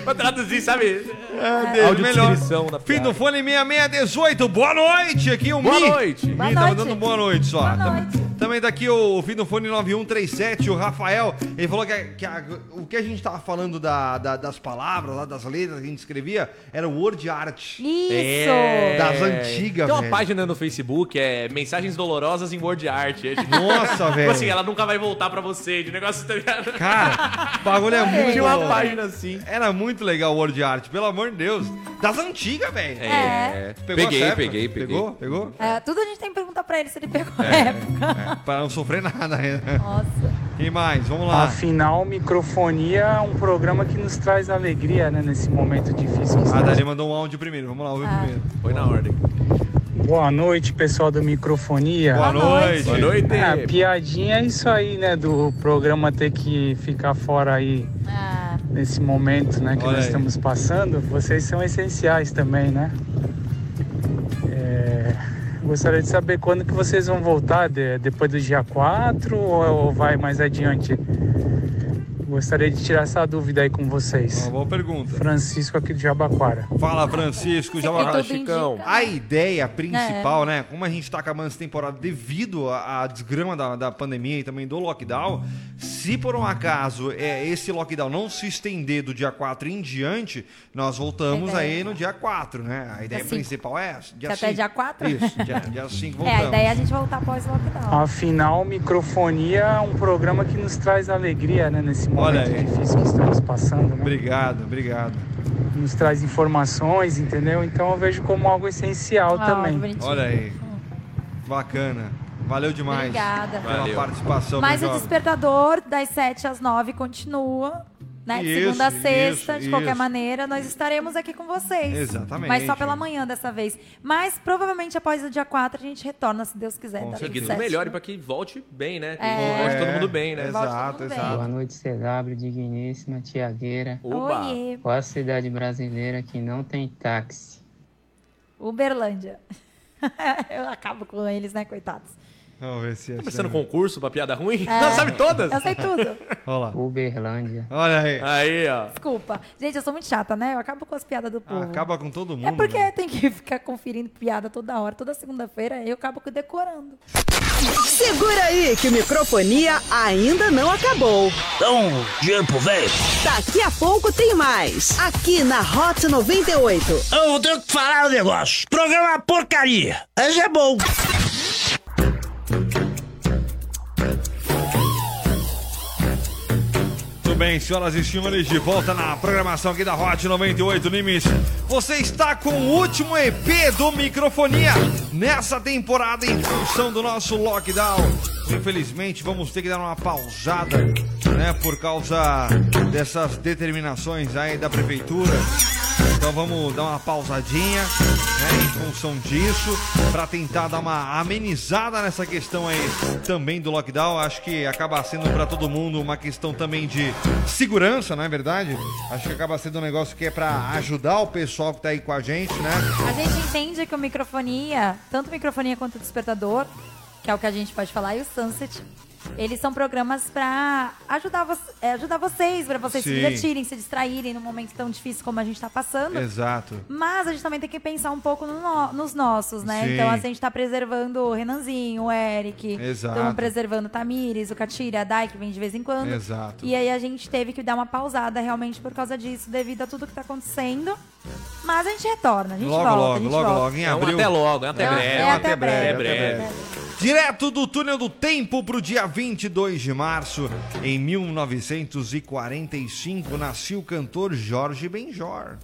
[SPEAKER 7] pra traduzir, sabe?
[SPEAKER 5] Deus, melhor.
[SPEAKER 7] Audiodescrição da
[SPEAKER 5] Fim
[SPEAKER 7] piada.
[SPEAKER 5] do fone 6618. Boa noite. Aqui o
[SPEAKER 7] Boa
[SPEAKER 5] Mi.
[SPEAKER 7] noite.
[SPEAKER 5] Mi
[SPEAKER 6] Boa
[SPEAKER 5] tava
[SPEAKER 6] noite.
[SPEAKER 5] dando boa noite só.
[SPEAKER 6] Boa
[SPEAKER 5] Tam-
[SPEAKER 6] noite.
[SPEAKER 5] Também daqui o fim do fone 9137, o Rafael. Ele falou que, a- que a- o que a gente tava falando da- da- das palavras, lá das letras que a gente escrevia, era o word art.
[SPEAKER 6] Isso!
[SPEAKER 5] Das antigas,
[SPEAKER 7] É. Tem uma
[SPEAKER 5] velho.
[SPEAKER 7] página no Facebook, é Mensagens Dolorosas em Word Art. É, tipo, [LAUGHS]
[SPEAKER 5] Nossa, velho.
[SPEAKER 7] Tipo assim, ela nunca vai voltar pra você, de negócio, tá ligado?
[SPEAKER 5] Cara, o bagulho é muito...
[SPEAKER 7] Tinha uma página assim.
[SPEAKER 5] Era muito legal o word art, pelo amor de Deus. Das antigas, velho.
[SPEAKER 6] É.
[SPEAKER 5] Pegou
[SPEAKER 7] Peguei,
[SPEAKER 5] essa época?
[SPEAKER 7] peguei, peguei.
[SPEAKER 5] Pegou? Pegou?
[SPEAKER 6] É, tudo a gente tem que perguntar pra ele se ele pegou a época.
[SPEAKER 5] É, pra não sofrer nada ainda.
[SPEAKER 6] Nossa.
[SPEAKER 5] Quem mais? Vamos lá.
[SPEAKER 9] Afinal, microfonia é um programa que nos traz alegria, né, nesse momento difícil. que
[SPEAKER 5] A
[SPEAKER 9] estamos.
[SPEAKER 5] Dani mandou um áudio primeiro. Vamos lá, ouvir primeiro.
[SPEAKER 7] Foi na ordem.
[SPEAKER 9] Boa noite, pessoal do microfonia.
[SPEAKER 5] Boa, noite.
[SPEAKER 7] Boa noite.
[SPEAKER 9] Ah, piadinha é isso aí, né, do programa ter que ficar fora aí
[SPEAKER 6] Ah,
[SPEAKER 9] nesse momento, né, que
[SPEAKER 5] Olha
[SPEAKER 9] nós
[SPEAKER 5] aí.
[SPEAKER 9] estamos passando. Vocês são essenciais também, né? É, Gostaria de saber quando que vocês vão voltar, de- depois do dia 4 ou, ou vai mais adiante? Gostaria de tirar essa dúvida aí com vocês.
[SPEAKER 5] Uma boa pergunta.
[SPEAKER 9] Francisco aqui de Jabaquara.
[SPEAKER 5] Fala, Francisco. Já
[SPEAKER 6] Sempre
[SPEAKER 5] vai
[SPEAKER 6] tudo indica.
[SPEAKER 5] A ideia
[SPEAKER 6] É.
[SPEAKER 5] principal, né? Como a gente tá acabando essa temporada devido à, à desgrama da, da pandemia e também do lockdown, se por um acaso é, esse lockdown não se estender do dia 4 em diante, nós voltamos
[SPEAKER 6] A ideia-
[SPEAKER 5] aí no dia 4, né? A ideia
[SPEAKER 6] cinco.
[SPEAKER 5] principal é essa. Dia
[SPEAKER 6] Se até
[SPEAKER 5] cinco.
[SPEAKER 6] dia 4?
[SPEAKER 5] Isso, dia- dia 5
[SPEAKER 6] [LAUGHS] É,
[SPEAKER 5] voltamos.
[SPEAKER 6] a ideia é a gente voltar após o
[SPEAKER 9] Ah,
[SPEAKER 6] lockdown.
[SPEAKER 9] Afinal, microfonia é um programa que nos traz alegria, né? Nesse
[SPEAKER 5] Olha
[SPEAKER 9] momento
[SPEAKER 5] aí.
[SPEAKER 9] difícil que estamos passando, né?
[SPEAKER 5] Obrigado, obrigado.
[SPEAKER 9] Nos traz informações, entendeu? Então eu vejo como algo essencial
[SPEAKER 6] Ah,
[SPEAKER 9] também.
[SPEAKER 6] bonitinho.
[SPEAKER 5] Olha aí. Bacana. Valeu demais.
[SPEAKER 6] Obrigada.
[SPEAKER 5] Pela
[SPEAKER 7] Valeu.
[SPEAKER 5] participação.
[SPEAKER 6] Mas o
[SPEAKER 5] meu jovem.
[SPEAKER 6] despertador das 7 às 9 continua. Né? De
[SPEAKER 5] Isso,
[SPEAKER 6] segunda a sexta,
[SPEAKER 5] isso,
[SPEAKER 6] de qualquer
[SPEAKER 5] isso.
[SPEAKER 6] maneira, nós estaremos aqui com vocês.
[SPEAKER 5] Exatamente.
[SPEAKER 6] Mas só pela manhã dessa vez. Mas provavelmente após o dia 4 a gente retorna, se Deus quiser.
[SPEAKER 5] Com
[SPEAKER 6] tá tudo
[SPEAKER 7] Que tudo
[SPEAKER 6] certo.
[SPEAKER 7] melhore pra que volte bem, né? Que
[SPEAKER 6] É.
[SPEAKER 7] volte todo mundo bem, né?
[SPEAKER 5] É,
[SPEAKER 6] Volte
[SPEAKER 5] Exato,
[SPEAKER 6] todo mundo bem.
[SPEAKER 5] exato.
[SPEAKER 10] Boa noite, CW, digníssima Tiagueira.
[SPEAKER 7] Oba.
[SPEAKER 6] Oiê,
[SPEAKER 10] Qual a cidade brasileira que não tem táxi?
[SPEAKER 6] Uberlândia. [LAUGHS] Eu acabo com eles, né, coitados.
[SPEAKER 5] Vamos ver se
[SPEAKER 7] Tá pensando
[SPEAKER 5] achamos.
[SPEAKER 7] em concurso pra piada ruim? Não, [LAUGHS] sabe todas?
[SPEAKER 6] É. Eu sei tudo.
[SPEAKER 5] Olha lá.
[SPEAKER 10] Uberlândia.
[SPEAKER 5] Olha aí.
[SPEAKER 6] Ah,
[SPEAKER 7] Aí, ó.
[SPEAKER 6] Desculpa. Gente, eu sou muito chata, né? Eu acabo com as piadas do povo.
[SPEAKER 5] Ah, Acaba com todo
[SPEAKER 6] É
[SPEAKER 5] mundo. né?
[SPEAKER 6] porque
[SPEAKER 5] velho.
[SPEAKER 6] tem que [LAUGHS] ficar conferindo piada toda hora. Toda segunda-feira eu acabo decorando.
[SPEAKER 3] Segura aí que o microfonia ainda não acabou.
[SPEAKER 2] Então, tempo vem.
[SPEAKER 3] Daqui a pouco tem mais. Aqui na Hot 98.
[SPEAKER 2] Eu tenho que falar um negócio. Programa porcaria. Esse é bom.
[SPEAKER 5] Muito bem, senhoras e senhores, de volta na programação aqui da Hot 98 Nimes. Você está com o último EP do Microfonia nessa temporada em função do nosso lockdown. Infelizmente, vamos ter que dar uma pausada, né, por causa dessas determinações aí da prefeitura. Então vamos dar uma pausadinha né, em função disso, para tentar dar uma amenizada nessa questão aí também do lockdown. Acho que acaba sendo para todo mundo uma questão também de segurança, não é verdade? Acho que acaba sendo um negócio que é para ajudar o pessoal que tá aí com a gente, né?
[SPEAKER 6] A gente entende que o microfonia, tanto o microfonia quanto o despertador, que é o que a gente pode falar, e o Sunset, eles são programas pra ajudar, vo é, ajudar vocês, pra vocês
[SPEAKER 5] Sim.
[SPEAKER 6] se divertirem, se distraírem num momento tão difícil como a gente tá passando.
[SPEAKER 5] Exato.
[SPEAKER 6] Mas a gente também tem que pensar um pouco no no- nos nossos, né?
[SPEAKER 5] Sim.
[SPEAKER 6] Então assim, a gente tá preservando o Renanzinho, o Eric.
[SPEAKER 5] Exato.
[SPEAKER 6] Estamos preservando o Tamires, o Catira, a Dai, que vem de vez em quando.
[SPEAKER 5] Exato.
[SPEAKER 6] E aí a gente teve que dar uma pausada realmente por causa disso, devido a tudo que tá acontecendo. Mas a gente retorna, a gente
[SPEAKER 5] Logo,
[SPEAKER 6] volta. a
[SPEAKER 5] logo,
[SPEAKER 6] gente
[SPEAKER 5] logo,
[SPEAKER 6] volta.
[SPEAKER 5] logo, em
[SPEAKER 7] É um
[SPEAKER 5] abril.
[SPEAKER 7] até logo, é um até
[SPEAKER 6] É um-
[SPEAKER 7] breve.
[SPEAKER 6] é até breve,
[SPEAKER 7] até breve.
[SPEAKER 5] Direto do túnel do tempo para o dia 22 de março, em 1945, nasceu o cantor Jorge Benjor.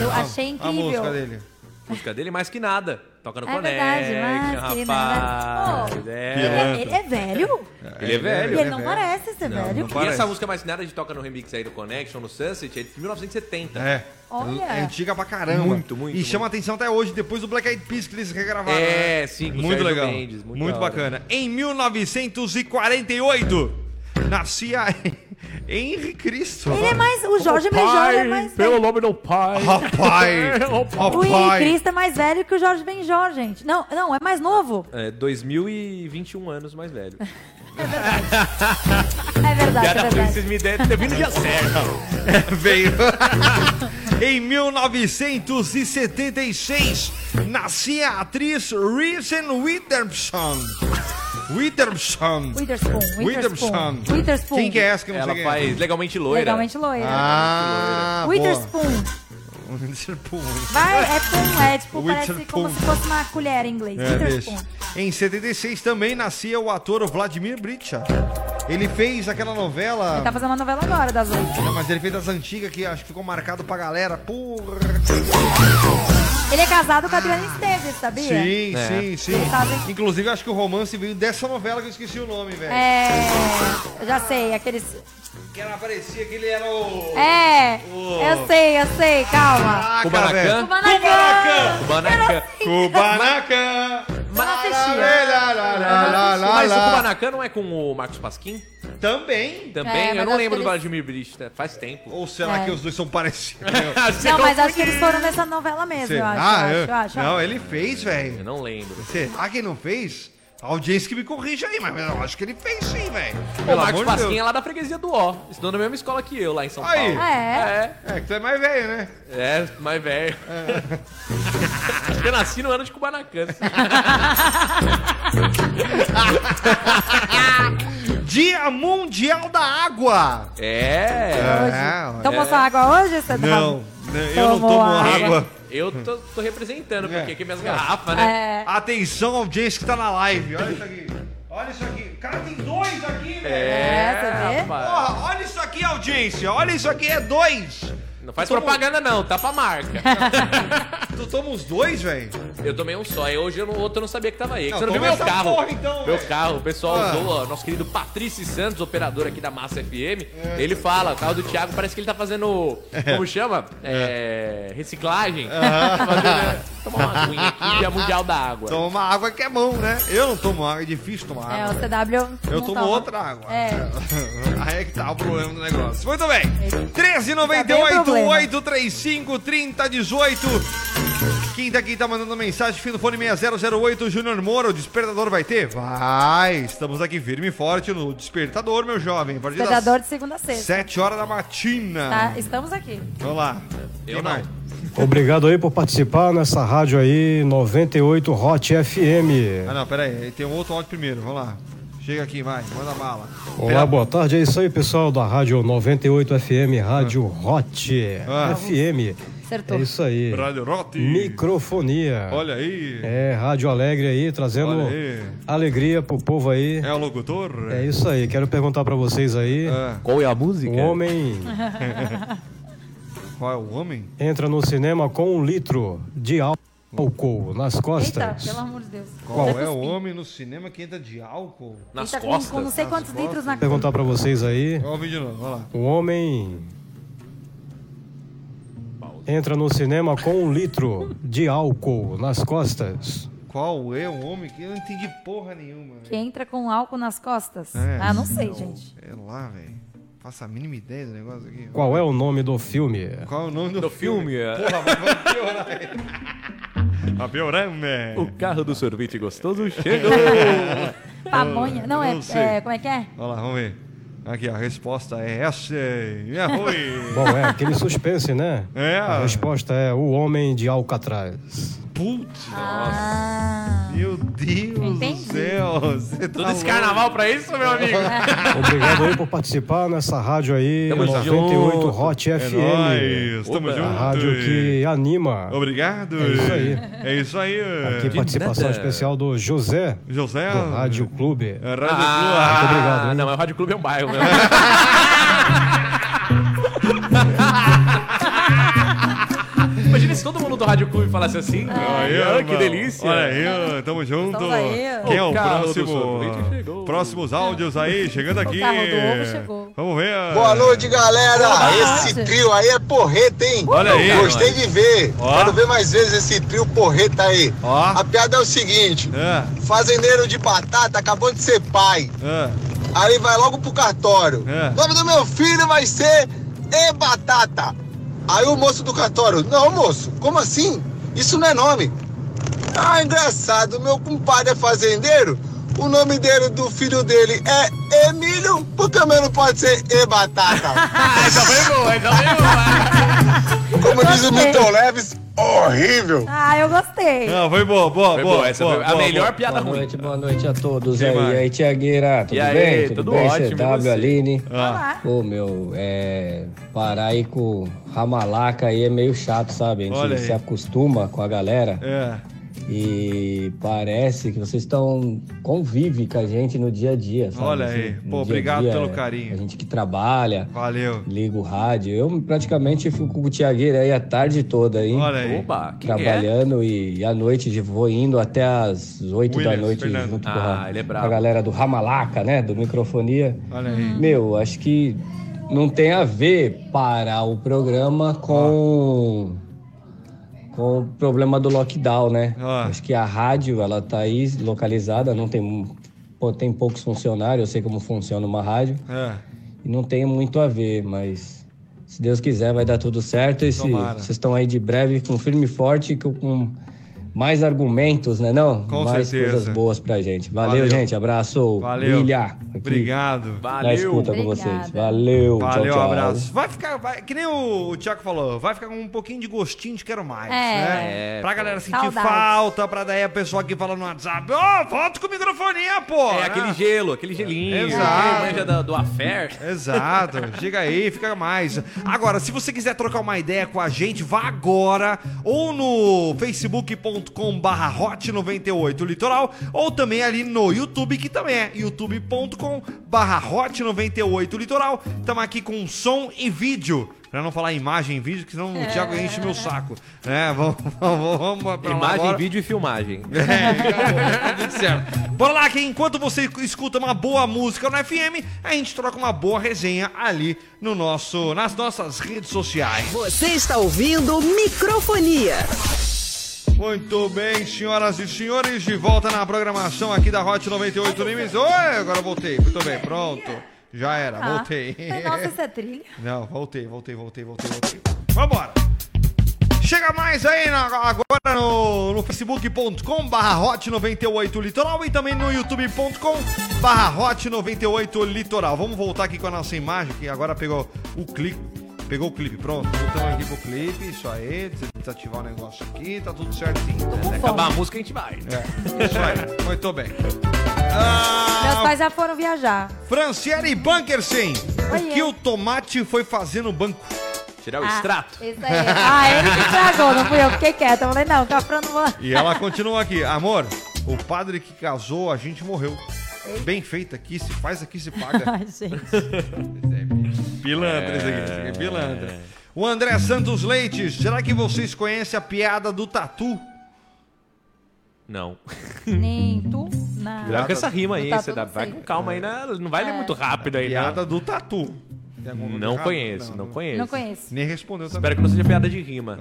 [SPEAKER 6] Eu achei
[SPEAKER 5] então. A música
[SPEAKER 6] incrível.
[SPEAKER 5] dele.
[SPEAKER 7] Música dele mais que nada. Toca no
[SPEAKER 6] É
[SPEAKER 7] Conec,
[SPEAKER 6] verdade, mas que
[SPEAKER 7] rapaz.
[SPEAKER 6] não
[SPEAKER 7] é.
[SPEAKER 6] Ele é velho?
[SPEAKER 7] Ele é velho.
[SPEAKER 6] E ele não parece ser velho.
[SPEAKER 5] tá
[SPEAKER 7] E
[SPEAKER 5] é.
[SPEAKER 7] essa música mais nada de toca no remix aí do Connection, no Sunset, é de 1970.
[SPEAKER 5] É.
[SPEAKER 6] Olha.
[SPEAKER 5] É antiga pra caramba.
[SPEAKER 7] Muito, muito,
[SPEAKER 5] E
[SPEAKER 7] muito.
[SPEAKER 5] chama atenção até hoje, depois do Black Eyed Peas que eles regravaram.
[SPEAKER 7] É,
[SPEAKER 5] né?
[SPEAKER 7] sim, com o
[SPEAKER 5] Muito
[SPEAKER 7] Sérgio
[SPEAKER 5] legal.
[SPEAKER 7] Mendes, muito
[SPEAKER 5] muito
[SPEAKER 7] da hora.
[SPEAKER 5] bacana. Em 1948, nascia [LAUGHS] Henry Cristo.
[SPEAKER 6] Ele é mais. O Jorge Benjol é mais velho.
[SPEAKER 7] nome do pai. [LAUGHS] É,
[SPEAKER 5] Rapaz,
[SPEAKER 6] O Henrique
[SPEAKER 5] rapaz.
[SPEAKER 6] Cristo é mais velho que o Jorge Benjol, gente. Não, não, é mais novo.
[SPEAKER 7] É, 2021 anos mais velho.
[SPEAKER 6] É verdade, é verdade.
[SPEAKER 7] vocês me deram, ter vindo dia certo.
[SPEAKER 5] [LAUGHS] Veio. em 1976, nascia a atriz Reese Witherspoon. Witherspoon.
[SPEAKER 6] Witherspoon, Witherspoon.
[SPEAKER 5] Witherspoon.
[SPEAKER 6] Witherspoon.
[SPEAKER 5] Quem que é essa que eu não
[SPEAKER 7] Ela
[SPEAKER 5] sei quem é?
[SPEAKER 7] faz legalmente loira.
[SPEAKER 6] Legalmente loira.
[SPEAKER 5] Ah, boa.
[SPEAKER 6] Witherspoon.
[SPEAKER 5] Witherspoon.
[SPEAKER 6] Vai, é pum, é tipo, parece
[SPEAKER 5] Witherspoon.
[SPEAKER 6] como se fosse uma colher em inglês.
[SPEAKER 5] É,
[SPEAKER 6] Witherspoon.
[SPEAKER 5] bicho. Em 76 também nascia o ator Vladimir Britcha. Ele fez aquela novela,
[SPEAKER 6] Tá fazendo uma novela agora das oito.
[SPEAKER 5] mas ele fez das antigas que acho que ficou marcado pra galera. Porra.
[SPEAKER 6] Ele é casado com a Adriana Esteves, sabia?
[SPEAKER 5] Ah, Sim, sim,
[SPEAKER 6] Eles
[SPEAKER 5] sim.
[SPEAKER 6] fazem-
[SPEAKER 5] Inclusive, acho que o romance veio dessa novela que eu esqueci o nome, velho.
[SPEAKER 6] É. eu Já sei, aqueles.
[SPEAKER 5] Que ela parecia que ele era o.
[SPEAKER 6] É!
[SPEAKER 5] Oh.
[SPEAKER 6] Eu sei, eu sei, calma.
[SPEAKER 5] Caraca,
[SPEAKER 7] Kubanacan?
[SPEAKER 5] velho.
[SPEAKER 6] Kubanacan!
[SPEAKER 7] Kubanacan.
[SPEAKER 5] Kubanacan!
[SPEAKER 6] Eu não assistia.
[SPEAKER 5] É, Lá, lá, lá, lá, lá,
[SPEAKER 7] Mas o
[SPEAKER 5] lá.
[SPEAKER 7] Kubanacan não é com o Marcos Pasquim?
[SPEAKER 5] Também.
[SPEAKER 7] Também?
[SPEAKER 6] É,
[SPEAKER 7] eu
[SPEAKER 6] mas
[SPEAKER 7] não
[SPEAKER 6] acho
[SPEAKER 7] lembro
[SPEAKER 6] que
[SPEAKER 7] do
[SPEAKER 6] eles-
[SPEAKER 7] Vladimir Brista. Faz tempo.
[SPEAKER 5] Ou será
[SPEAKER 6] É.
[SPEAKER 5] que os dois são
[SPEAKER 6] [LAUGHS]
[SPEAKER 5] parecidos?
[SPEAKER 7] [LAUGHS]
[SPEAKER 6] Não, mas acho que eles foram nessa novela mesmo, eu acho.
[SPEAKER 5] Ah,
[SPEAKER 6] eu
[SPEAKER 5] eu-
[SPEAKER 6] acho, eu acho.
[SPEAKER 5] Não, ele fez, velho.
[SPEAKER 7] Eu não lembro.
[SPEAKER 5] Será que ele não fez? A audiência que me corrija aí, mas eu acho que ele fez sim, velho.
[SPEAKER 7] O
[SPEAKER 5] Pelo
[SPEAKER 7] Marcos
[SPEAKER 5] amor de
[SPEAKER 7] Pasquim
[SPEAKER 5] Deus.
[SPEAKER 7] é lá da freguesia do Ó. Estudou na mesma escola que eu, lá em São
[SPEAKER 5] Aí.
[SPEAKER 7] Paulo.
[SPEAKER 6] Ah, é?
[SPEAKER 5] É, que tu é mais velho, né?
[SPEAKER 7] É, mais velho.
[SPEAKER 5] É.
[SPEAKER 7] Acho que [LAUGHS] eu nasci no ano de Kubanacan.
[SPEAKER 5] Dia Mundial da Água.
[SPEAKER 7] É.
[SPEAKER 5] É,
[SPEAKER 6] Então, moça água hoje? Você tá-
[SPEAKER 5] Não, né, eu não
[SPEAKER 6] Tomou
[SPEAKER 5] tomo
[SPEAKER 7] É,
[SPEAKER 5] água.
[SPEAKER 7] Eu tô, tô representando,
[SPEAKER 5] É.
[SPEAKER 7] porque aqui é minhas garrafas, né?
[SPEAKER 6] É.
[SPEAKER 5] Atenção, audiência que tá na live. Olha isso aqui. Olha isso aqui. Cara, tem dois aqui, velho.
[SPEAKER 6] É, você vê?
[SPEAKER 7] rapaz.
[SPEAKER 5] Porra, olha isso aqui, audiência. Olha isso aqui, é dois.
[SPEAKER 7] Não faz
[SPEAKER 5] Todo mundo-
[SPEAKER 7] propaganda, não, tá pra marca.
[SPEAKER 5] Tu toma os dois, velho?
[SPEAKER 7] Eu tomei um só, e hoje eu não, outro eu não sabia que tava aí.
[SPEAKER 5] Não,
[SPEAKER 7] Você não viu
[SPEAKER 5] toma
[SPEAKER 7] meu
[SPEAKER 5] essa
[SPEAKER 7] carro?
[SPEAKER 5] porra, então,
[SPEAKER 7] meu
[SPEAKER 5] velho.
[SPEAKER 7] carro, o pessoal
[SPEAKER 5] Ah.
[SPEAKER 7] usou, ó, nosso querido Patrício Santos, operador aqui da Massa FM.
[SPEAKER 5] É.
[SPEAKER 7] Ele fala, o carro do Thiago parece que ele tá fazendo, como chama? É, reciclagem. Fazendo- tomar uma aguinha aqui, dia mundial da água.
[SPEAKER 5] Toma água que é bom, né? Eu não tomo água, é difícil tomar
[SPEAKER 6] É,
[SPEAKER 5] água.
[SPEAKER 6] o CW.
[SPEAKER 5] Eu
[SPEAKER 6] não
[SPEAKER 5] tomo
[SPEAKER 6] toma.
[SPEAKER 5] outra água.
[SPEAKER 6] É.
[SPEAKER 5] [LAUGHS] Aí é que tá o problema do negócio. Muito bem.
[SPEAKER 6] Tá bem o
[SPEAKER 5] 1398
[SPEAKER 6] problema.
[SPEAKER 5] 835 3018. Quem tá aqui tá mandando mensagem, fim do fone 6008, Júnior Moura, o despertador vai ter? Vai, estamos aqui firme e forte no despertador, meu jovem. A partir das
[SPEAKER 6] Predador de segunda a sexta.
[SPEAKER 5] 7 horas da matina.
[SPEAKER 6] Tá? Estamos aqui.
[SPEAKER 5] Vamos lá. Quem
[SPEAKER 7] Eu não.
[SPEAKER 5] mais?
[SPEAKER 2] Obrigado aí por participar nessa rádio aí, 98 Hot
[SPEAKER 5] Ah,
[SPEAKER 2] FM.
[SPEAKER 5] não, peraí. Tem um outro áudio primeiro, vamos lá. Chega aqui, vai, manda bala.
[SPEAKER 2] Olá, boa tarde. É isso aí, pessoal da rádio 98 FM, rádio Hot
[SPEAKER 5] Ah.
[SPEAKER 2] FM.
[SPEAKER 6] Acertou.
[SPEAKER 2] É isso aí.
[SPEAKER 5] Rádio Rote.
[SPEAKER 2] Microfonia.
[SPEAKER 5] Olha aí.
[SPEAKER 2] É, Rádio Alegre aí, trazendo
[SPEAKER 5] Olha aí.
[SPEAKER 2] alegria pro povo aí.
[SPEAKER 5] É o locutor?
[SPEAKER 2] É isso aí, quero perguntar pra vocês aí.
[SPEAKER 5] Ah.
[SPEAKER 7] Qual é a música?
[SPEAKER 2] O homem
[SPEAKER 5] Qual é o homem?
[SPEAKER 2] entra no cinema com um litro de álcool nas
[SPEAKER 5] é
[SPEAKER 6] Eita,
[SPEAKER 2] costas.
[SPEAKER 6] pelo amor de Deus.
[SPEAKER 5] Qual
[SPEAKER 6] Eu
[SPEAKER 5] é o
[SPEAKER 6] cuspi.
[SPEAKER 5] homem no cinema que entra de álcool?
[SPEAKER 7] Nas
[SPEAKER 6] Ele tá com,
[SPEAKER 7] costas.
[SPEAKER 6] com não sei quantos
[SPEAKER 5] costas.
[SPEAKER 6] litros na
[SPEAKER 2] Perguntar pra vocês aí.
[SPEAKER 5] Ó, o vídeo de novo, olha lá.
[SPEAKER 2] O homem entra no cinema com um litro de álcool nas costas.
[SPEAKER 5] Qual é o homem que eu não entendi porra nenhuma? né? velho.
[SPEAKER 6] Que entra com álcool nas costas?
[SPEAKER 5] É.
[SPEAKER 6] Ah, não sei, gente.
[SPEAKER 5] É lá, velho. Faça a mínima ideia do negócio aqui.
[SPEAKER 2] Qual é o nome do filme?
[SPEAKER 5] Qual é o nome do,
[SPEAKER 7] Do filme, é.
[SPEAKER 5] Porra, mas [LAUGHS] vamos piorar aí. A piorar, né?
[SPEAKER 7] O carro do sorvete gostoso chegou.
[SPEAKER 6] Pamonha. Não, é,
[SPEAKER 5] não sei.
[SPEAKER 6] é- Como é que é?
[SPEAKER 5] Olha lá, vamos ver. Aqui, a resposta é essa. É ruim.
[SPEAKER 2] Bom, é aquele suspense, né?
[SPEAKER 5] É.
[SPEAKER 2] A resposta é O Homem de Alcatraz.
[SPEAKER 5] Putz.
[SPEAKER 6] Ah.
[SPEAKER 5] Meu Deus
[SPEAKER 6] Entendi.
[SPEAKER 5] do céu. Você tá
[SPEAKER 7] Tudo esse
[SPEAKER 5] louco.
[SPEAKER 7] carnaval pra isso, meu amigo?
[SPEAKER 2] Obrigado aí por participar nessa rádio aí,
[SPEAKER 7] Tamo
[SPEAKER 2] 98
[SPEAKER 7] junto.
[SPEAKER 2] Hot
[SPEAKER 5] É
[SPEAKER 2] FM.
[SPEAKER 5] nóis. Tamo
[SPEAKER 7] Opa.
[SPEAKER 5] junto.
[SPEAKER 2] A rádio que anima.
[SPEAKER 5] Obrigado.
[SPEAKER 2] É isso aí.
[SPEAKER 5] É isso aí.
[SPEAKER 2] Aqui participação
[SPEAKER 7] nada.
[SPEAKER 2] especial do José,
[SPEAKER 5] José.
[SPEAKER 2] do Rádio Clube.
[SPEAKER 5] Ah. É, Rádio
[SPEAKER 7] Ah,
[SPEAKER 5] Clube.
[SPEAKER 2] obrigado, hein?
[SPEAKER 7] Não, mas o Rádio Clube é um
[SPEAKER 5] [LAUGHS]
[SPEAKER 7] bairro, meu. Imagina Imagina se todo mundo do Rádio Clube falasse assim.
[SPEAKER 5] Aí,
[SPEAKER 7] Ah, que
[SPEAKER 5] É. irmão.
[SPEAKER 7] delícia.
[SPEAKER 5] Olha aí, tamo junto.
[SPEAKER 6] Estamos aí.
[SPEAKER 5] Quem é
[SPEAKER 7] O
[SPEAKER 5] o
[SPEAKER 7] carro do
[SPEAKER 5] próximo?
[SPEAKER 7] sorvete chegou.
[SPEAKER 5] Próximos áudios aí, chegando aqui.
[SPEAKER 6] carro do ovo chegou.
[SPEAKER 5] Vamos ver. ah.
[SPEAKER 8] Boa noite, galera!
[SPEAKER 2] Ah,
[SPEAKER 6] noite.
[SPEAKER 8] Esse trio aí é porreta, hein?
[SPEAKER 5] Olha aí,
[SPEAKER 8] Gostei de ver.
[SPEAKER 5] Ó.
[SPEAKER 8] Quero ver mais vezes esse trio porreta aí.
[SPEAKER 5] Ó.
[SPEAKER 8] A piada é o seguinte:
[SPEAKER 5] Ah,
[SPEAKER 8] fazendeiro de batata acabou de ser pai.
[SPEAKER 5] ah.
[SPEAKER 8] Aí vai logo pro cartório.
[SPEAKER 5] É.
[SPEAKER 8] O nome do meu filho vai ser E Batata. Aí o moço do cartório, não, moço, como assim? Isso não é nome. Ah, engraçado, meu compadre é fazendeiro, o nome dele, do filho dele é Emílio, porque também não pode ser
[SPEAKER 7] [LAUGHS]
[SPEAKER 8] E Batata.
[SPEAKER 7] Essa foi boa, essa foi boa.
[SPEAKER 8] Como diz o
[SPEAKER 6] Gostei.
[SPEAKER 8] Milton Leves, horrível.
[SPEAKER 6] Ah, eu gostei.
[SPEAKER 5] Não, foi boa, boa,
[SPEAKER 7] Foi
[SPEAKER 5] boa.
[SPEAKER 7] boa, essa
[SPEAKER 5] boa,
[SPEAKER 7] foi a
[SPEAKER 5] boa,
[SPEAKER 7] melhor
[SPEAKER 5] boa.
[SPEAKER 7] piada ruim.
[SPEAKER 10] boa noite a todos
[SPEAKER 5] Quem aí. mais? E aí,
[SPEAKER 10] Tiagueira,
[SPEAKER 7] tudo aí, bem? Tudo tudo bem, ótimo, CW, e você? Aline?
[SPEAKER 5] Ah,
[SPEAKER 6] Olá.
[SPEAKER 10] Pô, né? meu, é. Parar aí com Ramalaca aí é meio chato, sabe? A gente
[SPEAKER 5] Olha aí.
[SPEAKER 10] se acostuma com a galera
[SPEAKER 5] é.
[SPEAKER 10] e parece que vocês estão. convive com a gente no dia a dia, sabe?
[SPEAKER 5] Olha
[SPEAKER 10] Assim,
[SPEAKER 5] aí.
[SPEAKER 10] no
[SPEAKER 5] Pô,
[SPEAKER 10] dia a
[SPEAKER 5] obrigado
[SPEAKER 10] dia,
[SPEAKER 5] pelo
[SPEAKER 10] é,
[SPEAKER 5] carinho.
[SPEAKER 10] A gente que trabalha,
[SPEAKER 5] Valeu.
[SPEAKER 10] liga o rádio. Eu praticamente fico com o Tiagueira aí a tarde toda aí.
[SPEAKER 5] Olha aí.
[SPEAKER 7] Opa, quem é?
[SPEAKER 10] Trabalhando e, e à noite de- vou indo até às 8 da
[SPEAKER 5] Williams,
[SPEAKER 10] noite
[SPEAKER 5] Fernando.
[SPEAKER 10] junto com,
[SPEAKER 7] Ah,
[SPEAKER 10] a,
[SPEAKER 7] ele é
[SPEAKER 10] com
[SPEAKER 7] brabo.
[SPEAKER 10] a galera do Ramalaca, né? Do Microfonia.
[SPEAKER 5] Olha aí.
[SPEAKER 10] Meu, acho que não tem a ver parar o programa com, com o problema do lockdown, né?
[SPEAKER 5] Ah.
[SPEAKER 10] Acho que a rádio, ela tá aí localizada, não tem, pô, tem poucos funcionários, eu sei como funciona uma rádio,
[SPEAKER 5] É.
[SPEAKER 10] e não tem muito a ver, mas se Deus quiser vai dar tudo certo. E se
[SPEAKER 5] Tomara.
[SPEAKER 10] vocês estão aí de breve, com firme e forte, com- com mais argumentos, né? Não?
[SPEAKER 5] Com
[SPEAKER 10] mais
[SPEAKER 5] certeza.
[SPEAKER 10] coisas boas pra gente. Valeu,
[SPEAKER 5] Valeu.
[SPEAKER 10] gente. Abraço.
[SPEAKER 5] Valeu.
[SPEAKER 10] Brilha. Aqui
[SPEAKER 5] Obrigado.
[SPEAKER 10] Na
[SPEAKER 7] Valeu.
[SPEAKER 10] escuta com
[SPEAKER 6] Obrigada.
[SPEAKER 10] vocês. Valeu. tchau,
[SPEAKER 5] Valeu,
[SPEAKER 10] tchau.
[SPEAKER 5] abraço. Vai ficar, vai- que nem o, o Thiago falou, vai ficar com um pouquinho de gostinho de quero mais,
[SPEAKER 6] É.
[SPEAKER 5] né?
[SPEAKER 7] É,
[SPEAKER 5] pra
[SPEAKER 7] pô.
[SPEAKER 5] galera sentir
[SPEAKER 6] Saudades.
[SPEAKER 5] falta, pra daí a pessoa que fala no WhatsApp, ó, volta com microfonia, pô.
[SPEAKER 7] É
[SPEAKER 5] né?
[SPEAKER 7] aquele gelo, aquele gelinho.
[SPEAKER 5] Exato.
[SPEAKER 7] Quem Manja da- do affair.
[SPEAKER 5] Exato, chega aí, fica mais. Agora, se você quiser trocar uma ideia com a gente, vá agora ou no facebook.com hot98 litoral ou também ali no YouTube, que também é youtube.com hot98 litoral. Estamos aqui com som e vídeo. Pra não falar imagem e vídeo, que senão o Thiago enche meu saco. É, vamos, [LAUGHS] vamos, vamos pra lá
[SPEAKER 7] Imagem,
[SPEAKER 5] agora.
[SPEAKER 7] vídeo e filmagem.
[SPEAKER 5] É. [LAUGHS] Tudo certo. Bora lá, que enquanto você escuta uma boa música no FM, a gente troca uma boa resenha ali no nosso, nas nossas redes sociais.
[SPEAKER 3] Você está ouvindo Microfonia.
[SPEAKER 5] Muito bem, senhoras e senhores, de volta na programação aqui da Hot 98 Nimes. Oi, agora eu voltei. Muito bem, pronto. Já era,
[SPEAKER 6] Ah,
[SPEAKER 5] voltei.
[SPEAKER 6] Nossa, isso é trilha.
[SPEAKER 5] Não, voltei, voltei, voltei, voltei, voltei. Vambora! Chega mais aí na- agora no, no facebook.com barra hot 98 litoral e também no youtube.com barra hot 98 litoral. Vamos voltar aqui com a nossa imagem, que agora pegou o clipe. Pegou o clipe, pronto. Voltamos aqui pro clipe, isso aí. Desativar o negócio aqui, tá tudo certinho.
[SPEAKER 7] Até Então, acabar a música, a gente vai.
[SPEAKER 5] É, isso aí. Muito bem.
[SPEAKER 6] Meus
[SPEAKER 5] Ah,
[SPEAKER 6] pais já foram viajar.
[SPEAKER 5] Franciele Bunkersen, o
[SPEAKER 6] Oiê.
[SPEAKER 5] que o tomate foi fazer no banco?
[SPEAKER 7] Tirar o
[SPEAKER 6] Ah,
[SPEAKER 7] extrato.
[SPEAKER 6] Isso aí. Ah, ele que tragou, não fui eu. Fiquei quieta. Eu falei, não, Cafrão não vou...
[SPEAKER 5] E ela continua aqui, amor, o padre que casou a gente morreu. Bem feito aqui, se faz aqui, se paga.
[SPEAKER 6] Ai, gente.
[SPEAKER 5] [LAUGHS] Pilantra isso aqui, isso aqui é pilantra. O André Santos Leite, será que vocês conhecem a piada do tatu?
[SPEAKER 7] Não.
[SPEAKER 6] Nem tu, nada.
[SPEAKER 7] Cuidado com essa rima aí,
[SPEAKER 6] Tá
[SPEAKER 7] você
[SPEAKER 6] tudo
[SPEAKER 7] dá, vai
[SPEAKER 6] certo.
[SPEAKER 7] com calma aí, né? não
[SPEAKER 6] É.
[SPEAKER 7] vai ler muito rápido aí,
[SPEAKER 5] Piada
[SPEAKER 7] não.
[SPEAKER 5] do tatu. Tem alguma coisa
[SPEAKER 7] Não
[SPEAKER 5] errada?
[SPEAKER 7] conheço, não conheço.
[SPEAKER 6] Não
[SPEAKER 5] [LAUGHS]
[SPEAKER 6] conheço.
[SPEAKER 5] Nem respondeu também.
[SPEAKER 7] Espero que não seja piada
[SPEAKER 5] [LAUGHS]
[SPEAKER 7] de rima.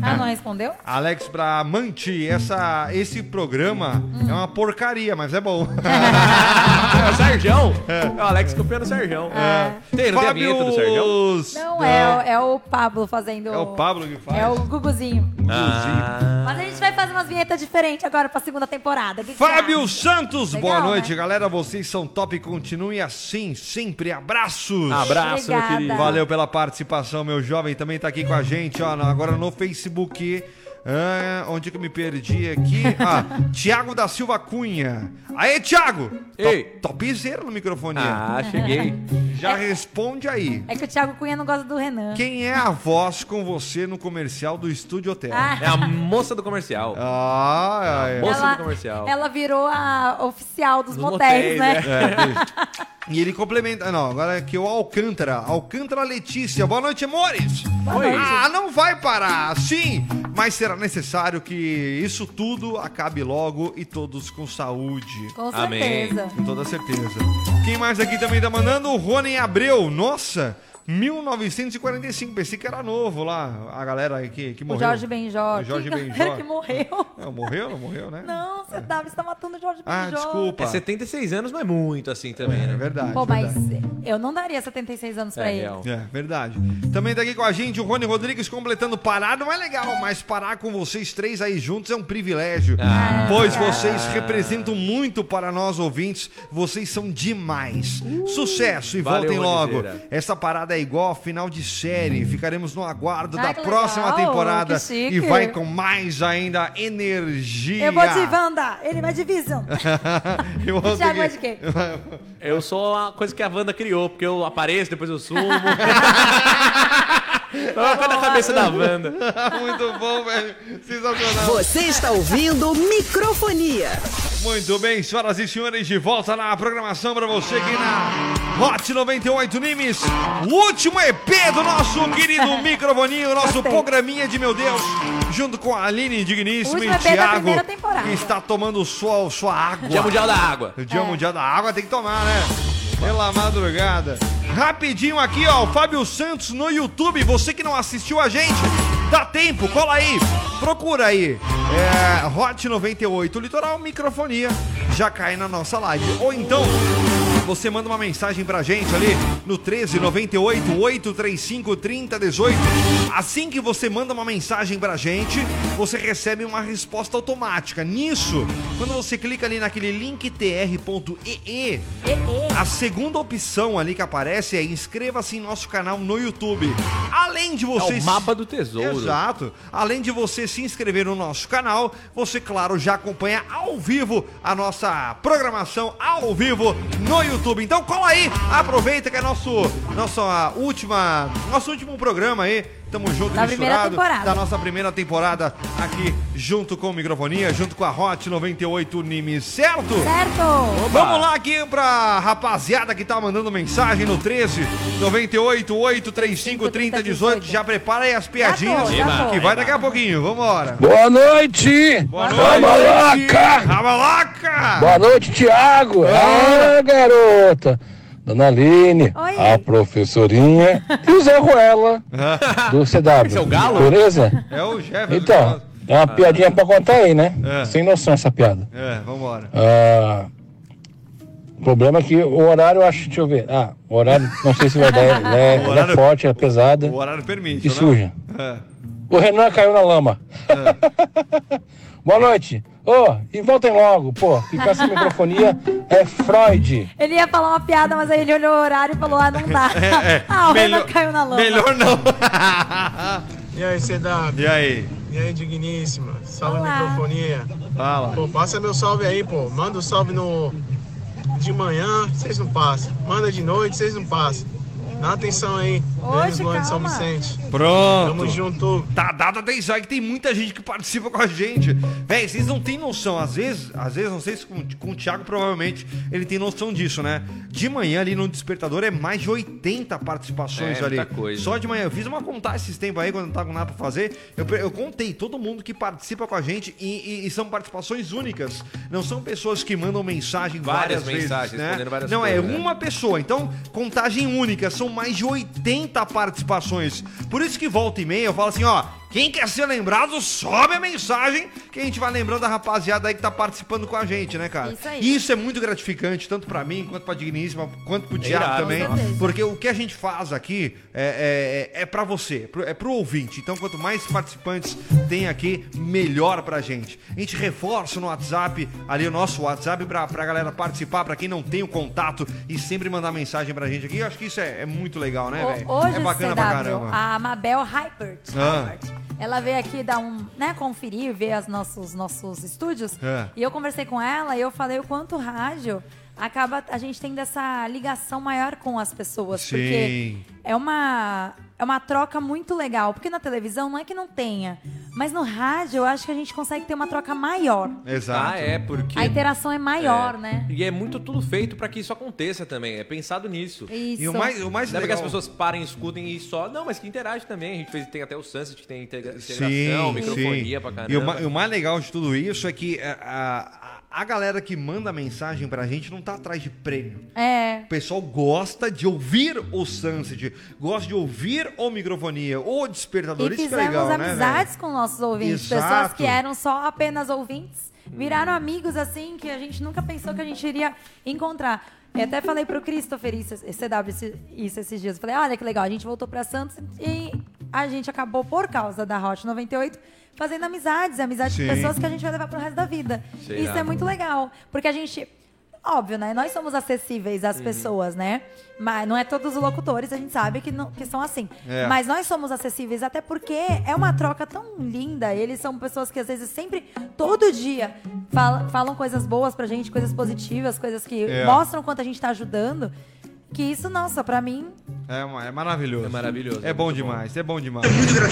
[SPEAKER 6] Ah, não respondeu?
[SPEAKER 5] Alex Bramante, essa, esse programa
[SPEAKER 6] Hum.
[SPEAKER 5] é uma porcaria, mas é
[SPEAKER 7] [LAUGHS]
[SPEAKER 5] bom.
[SPEAKER 7] é o Serjão? É o Alex copiando o Serjão.
[SPEAKER 6] É.
[SPEAKER 7] Tem, não tem a vinheta do Serjão?
[SPEAKER 6] Não, é, o- é o Pablo fazendo...
[SPEAKER 5] É o Pablo que faz.
[SPEAKER 6] É o Guguzinho.
[SPEAKER 7] Ah,
[SPEAKER 6] Mas a gente vai fazer umas vinhetas diferentes agora pra segunda temporada. Que que
[SPEAKER 5] Fábio
[SPEAKER 6] você
[SPEAKER 5] Santos,
[SPEAKER 6] Legal,
[SPEAKER 5] boa noite,
[SPEAKER 6] né?
[SPEAKER 5] galera. Vocês são top. Continuem assim, sempre. Abraços.
[SPEAKER 7] abraço, meu
[SPEAKER 6] Obrigada.
[SPEAKER 7] querido.
[SPEAKER 5] Valeu pela participação, meu jovem. Também tá aqui com a gente, ó, agora no Facebook. Ah, onde que eu me perdi aqui? Ah, Tiago da Silva Cunha. Aê, Tiago!
[SPEAKER 7] Ei.
[SPEAKER 5] Top, topzera no microfone.
[SPEAKER 7] Ah, cheguei.
[SPEAKER 5] Já responde aí.
[SPEAKER 6] acha? É que o Thiago Cunha não gosta do Renan.
[SPEAKER 5] Quem é a voz com você no comercial do Estúdio Hotel?
[SPEAKER 6] Ah.
[SPEAKER 7] É a moça do comercial.
[SPEAKER 5] Ah, é.
[SPEAKER 7] Moça do comercial.
[SPEAKER 6] ela virou a oficial dos,
[SPEAKER 7] Dos
[SPEAKER 6] motéis,
[SPEAKER 7] motéis, é.
[SPEAKER 6] né?
[SPEAKER 5] E ele complementa. ah, Não, agora aqui o Alcântara. Alcântara Letícia. Boa noite, amores.
[SPEAKER 7] noite.
[SPEAKER 5] Ah, não vai parar. Sim, Mas será necessário que isso tudo acabe logo e todos com saúde.
[SPEAKER 6] Com
[SPEAKER 7] Amém.
[SPEAKER 6] certeza.
[SPEAKER 5] Com toda certeza. Quem mais aqui também tá mandando? O Rony Abreu. Nossa, 1945. Pensei que era novo lá. A galera aí que, que
[SPEAKER 6] O
[SPEAKER 5] morreu.
[SPEAKER 6] Jorge Benjó.
[SPEAKER 5] O Jorge
[SPEAKER 6] que
[SPEAKER 5] Benjó.
[SPEAKER 6] galera [LAUGHS] que morreu.
[SPEAKER 5] Não, morreu? Não morreu, né?
[SPEAKER 6] Não, você tá, você tá matando o Jorge
[SPEAKER 5] Ah,
[SPEAKER 6] Benjó.
[SPEAKER 5] desculpa.
[SPEAKER 7] É 76 anos, não é muito assim também,
[SPEAKER 5] É
[SPEAKER 7] né?
[SPEAKER 5] verdade.
[SPEAKER 6] Pô, mas
[SPEAKER 5] verdade.
[SPEAKER 6] eu não daria 76 anos pra
[SPEAKER 7] É
[SPEAKER 6] ele.
[SPEAKER 7] real.
[SPEAKER 5] É, verdade. Também tá aqui com a gente o Rony Rodrigues completando Pará não é legal, mas parar com vocês três aí juntos é um privilégio.
[SPEAKER 7] Ah.
[SPEAKER 5] pois vocês representam muito para nós ouvintes, vocês são demais. Sucesso e
[SPEAKER 7] Uh. Valeu,
[SPEAKER 5] voltem logo.
[SPEAKER 7] Ronizeira.
[SPEAKER 5] Essa parada é igual a final de série, ficaremos no aguardo
[SPEAKER 6] Ai,
[SPEAKER 5] da
[SPEAKER 6] Ah, que
[SPEAKER 5] próxima
[SPEAKER 6] legal,
[SPEAKER 5] temporada
[SPEAKER 6] que chique.
[SPEAKER 5] e vai com mais ainda energia.
[SPEAKER 6] Eu vou de Wanda, ele vai de Vision.
[SPEAKER 5] [LAUGHS] Eu vou
[SPEAKER 6] Thiago
[SPEAKER 5] ter
[SPEAKER 6] vai
[SPEAKER 5] que-
[SPEAKER 6] de quê?
[SPEAKER 7] Eu sou a coisa que a Wanda criou, porque eu apareço, depois eu [LAUGHS] sumo. Olha na cabeça da Wanda.
[SPEAKER 5] [LAUGHS] Muito bom, velho. Sensacional.
[SPEAKER 3] Você está ouvindo Microfonia.
[SPEAKER 5] Muito bem, senhoras e senhores, de volta na programação pra você aqui na Hot 98 Nimes. O último EP do nosso
[SPEAKER 6] [LAUGHS]
[SPEAKER 5] querido Microfoninho, o nosso
[SPEAKER 6] Gostei.
[SPEAKER 5] programinha de meu Deus, junto com a Aline
[SPEAKER 6] O
[SPEAKER 5] Digníssima
[SPEAKER 6] último
[SPEAKER 5] e
[SPEAKER 6] EP da
[SPEAKER 5] Thiago,
[SPEAKER 6] primeira temporada.
[SPEAKER 5] que está tomando sua, sua água.
[SPEAKER 7] Dia Mundial da Água. É
[SPEAKER 5] O Dia Mundial da Água tem que tomar, né? Pela madrugada. Rapidinho aqui, ó, o Fábio Santos no YouTube. Você que não assistiu a gente, dá tempo, cola aí. Procura aí. É, Hot 98 Litoral Microfonia. Já cai na nossa live. Ou então, você manda uma mensagem pra gente ali no 1398 835 3018. Assim que você manda uma mensagem pra gente, você recebe uma resposta automática. Nisso, quando você clica ali naquele link tr.ee, a segunda opção ali que aparece é inscreva-se em nosso canal no YouTube. Além de
[SPEAKER 7] É
[SPEAKER 5] você
[SPEAKER 7] o mapa do tesouro.
[SPEAKER 5] Exato. Além de você se inscrever no nosso canal, você, claro, já acompanha ao vivo a nossa programação ao vivo no YouTube. Então cola aí, aproveita que é nosso, nossa última, nosso último programa aí. Tamo junto,
[SPEAKER 6] Da primeira
[SPEAKER 5] misturado,
[SPEAKER 6] temporada.
[SPEAKER 5] da nossa primeira temporada aqui, junto com o Microfonia, junto com a Hot 98 Nimes, certo?
[SPEAKER 6] Certo!
[SPEAKER 5] Vamos lá aqui pra rapaziada que tá mandando mensagem no 13 98 835 30 18. Já prepara aí as
[SPEAKER 6] Tá
[SPEAKER 5] piadinhas
[SPEAKER 6] Já tô, já tô.
[SPEAKER 5] que vai daqui a pouquinho. Vambora.
[SPEAKER 10] Boa noite!
[SPEAKER 5] Boa
[SPEAKER 10] Malaca!
[SPEAKER 5] Ramalaca!
[SPEAKER 10] Boa noite, Thiago! Ah, garota! Dona Aline,
[SPEAKER 6] Oi.
[SPEAKER 10] a professorinha e o Zé Ruela do CW.
[SPEAKER 7] Esse é o galo?
[SPEAKER 10] Beleza?
[SPEAKER 5] É o Jefferson.
[SPEAKER 10] Então, é uma piadinha pra contar aí, né?
[SPEAKER 5] É.
[SPEAKER 10] Sem noção essa piada.
[SPEAKER 5] É, vambora.
[SPEAKER 10] Ah, o problema é que o horário, eu acho, deixa eu ver. Ah, o horário, não sei se vai dar, ela é,
[SPEAKER 5] [LAUGHS] O
[SPEAKER 10] ela
[SPEAKER 5] horário-
[SPEAKER 10] é forte, é pesada.
[SPEAKER 5] O horário permite.
[SPEAKER 10] E
[SPEAKER 5] né? [LAUGHS]
[SPEAKER 10] suja.
[SPEAKER 5] É.
[SPEAKER 10] O Renan caiu na lama. Boa noite. Ô, e voltem logo, pô. Ficar sem microfonia é Freud.
[SPEAKER 6] Ele ia falar uma piada, mas aí ele olhou o horário e falou: ah, não
[SPEAKER 5] [LAUGHS]
[SPEAKER 6] dá. [LAUGHS] ah, o Renan caiu na lama.
[SPEAKER 5] É, Melhor não. [LAUGHS]
[SPEAKER 9] E aí, CW?
[SPEAKER 5] e aí?
[SPEAKER 9] E aí, digníssima? Salve,
[SPEAKER 6] Olá.
[SPEAKER 9] microfonia.
[SPEAKER 5] Fala.
[SPEAKER 9] Pô, passa meu salve aí, pô. Manda o salve no. De manhã, vocês não passam. Manda de noite, vocês não passam. Dá atenção aí.
[SPEAKER 6] Oxe,
[SPEAKER 9] Menos Luan de São
[SPEAKER 6] calma.
[SPEAKER 9] Vicente. Tamo
[SPEAKER 5] Pronto.
[SPEAKER 9] junto.
[SPEAKER 5] Tá dado atenção aí que tem muita gente que participa com a gente. Véi, vocês não têm noção. Às vezes, às vezes, não sei se com, com o Thiago provavelmente ele tem noção disso, né? De manhã ali no despertador é mais de 80 participações
[SPEAKER 7] É,
[SPEAKER 5] ali.
[SPEAKER 7] muita coisa.
[SPEAKER 5] Só de manhã. Eu fiz uma contagem esses tempos aí, quando não tava com nada pra fazer. Eu, pe- eu contei todo mundo que participa com a gente e, e- e são participações únicas. Não são pessoas que mandam mensagem várias,
[SPEAKER 7] Várias
[SPEAKER 5] vezes.
[SPEAKER 7] mensagens,
[SPEAKER 5] né?
[SPEAKER 7] respondendo várias
[SPEAKER 5] Não, é
[SPEAKER 7] coisas, né?
[SPEAKER 5] uma uma pessoa. Então, contagem única, são mais de 80 participações. Por isso que volta e meia eu falo assim, ó, quem quer ser lembrado, sobe a mensagem que a gente vai lembrando a rapaziada aí que tá participando com a gente, né, cara?
[SPEAKER 6] Isso aí.
[SPEAKER 5] E isso é muito gratificante, tanto pra mim, quanto pra Digníssima, quanto pro Thiago
[SPEAKER 7] irado,
[SPEAKER 5] também.
[SPEAKER 6] com certeza.
[SPEAKER 5] Porque o que a gente faz aqui é, é, é pra você, pro- é pro ouvinte. Então, quanto mais participantes tem aqui, melhor pra gente. A gente reforça no WhatsApp, ali o nosso WhatsApp, pra, pra galera participar, pra quem não tem o contato e sempre mandar mensagem pra gente aqui. Eu acho que isso é, é muito legal, né,
[SPEAKER 6] O-
[SPEAKER 5] velho?
[SPEAKER 6] Hoje,
[SPEAKER 5] É bacana pra
[SPEAKER 6] CW,
[SPEAKER 5] caramba.
[SPEAKER 6] a Mabel Hypert,
[SPEAKER 5] Ah.
[SPEAKER 6] Hypert, ela veio aqui dar um, né, conferir, ver os nossos, nossos estúdios.
[SPEAKER 5] É.
[SPEAKER 6] E eu conversei com ela e eu falei o quanto o rádio acaba a gente tendo essa ligação maior com as pessoas. Porque
[SPEAKER 5] Sim.
[SPEAKER 6] é uma, é uma troca muito legal. Porque na televisão não é que não tenha, Mas no rádio, eu acho que a gente consegue ter uma troca maior.
[SPEAKER 5] Exato.
[SPEAKER 7] Ah, é, porque.
[SPEAKER 6] A interação é maior, né?
[SPEAKER 7] E é muito tudo feito pra que isso aconteça também. É pensado nisso.
[SPEAKER 6] Isso.
[SPEAKER 5] E o mais, o mais
[SPEAKER 7] Não
[SPEAKER 5] legal...
[SPEAKER 7] é porque as pessoas parem, escutem e só. Não, mas que interage também. A gente fez, tem até o Sunset que tem integra- integração,
[SPEAKER 5] Sim,
[SPEAKER 7] microfonia
[SPEAKER 5] sim.
[SPEAKER 7] pra caramba.
[SPEAKER 5] E o, ma- e o mais legal de tudo isso é que a, a- a galera que manda mensagem pra gente não tá atrás de prêmio.
[SPEAKER 6] É.
[SPEAKER 5] O pessoal gosta de ouvir o Sunset, gosta de ouvir o microfonia, o despertador.
[SPEAKER 6] E
[SPEAKER 5] isso que é
[SPEAKER 6] fizemos
[SPEAKER 5] legal, né?
[SPEAKER 6] amizades com nossos ouvintes.
[SPEAKER 5] Exato.
[SPEAKER 6] Pessoas que eram só apenas ouvintes, viraram amigos assim que a gente nunca pensou que a gente iria encontrar. Eu até falei pro Christopher isso, CW esse- isso esses dias. Eu Falei, olha que legal, a gente voltou pra Santos e a gente acabou, por causa da Hot 98, fazendo amizades, amizades
[SPEAKER 5] Sim.
[SPEAKER 6] com pessoas que a gente vai levar pro resto da vida.
[SPEAKER 7] Sim.
[SPEAKER 6] Isso é muito legal, porque a gente... Óbvio, né? Nós somos acessíveis
[SPEAKER 5] Uhum.
[SPEAKER 6] às pessoas, né? Mas não é todos os locutores, a gente sabe que, não, que são assim.
[SPEAKER 5] É.
[SPEAKER 6] Mas nós somos acessíveis, até porque é uma troca tão linda. Eles são pessoas que às vezes sempre, todo dia, fala- falam coisas boas pra gente, coisas positivas, coisas que
[SPEAKER 5] É.
[SPEAKER 6] mostram quanto a gente tá ajudando. Que isso, nossa, pra mim.
[SPEAKER 5] É, ma- é maravilhoso.
[SPEAKER 7] É maravilhoso,
[SPEAKER 5] É
[SPEAKER 7] muito
[SPEAKER 5] bom
[SPEAKER 7] bom.
[SPEAKER 5] demais, é bom demais.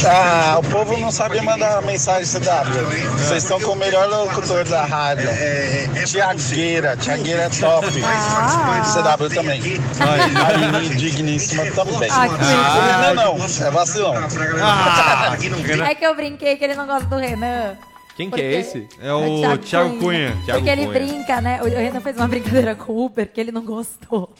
[SPEAKER 4] Ah, o povo não sabe mandar mensagem CW. Vocês estão com o melhor locutor da rádio. Tiagueira, Tiagueira é top.
[SPEAKER 6] Ah,
[SPEAKER 4] CW também.
[SPEAKER 5] Aí.
[SPEAKER 4] Aline digníssima também.
[SPEAKER 6] Ah, que
[SPEAKER 4] Não, não, é vacilão.
[SPEAKER 5] Ah,
[SPEAKER 6] lindo. é que eu brinquei que ele não gosta do Renan.
[SPEAKER 7] Quem que
[SPEAKER 6] Porque-
[SPEAKER 7] é esse?
[SPEAKER 5] É o Thiago Cunha.
[SPEAKER 7] Thiago
[SPEAKER 6] porque ele
[SPEAKER 7] Cunha.
[SPEAKER 6] brinca, né? O o Renan fez uma brincadeira com o Uber que ele
[SPEAKER 5] [LAUGHS]
[SPEAKER 6] não gostou.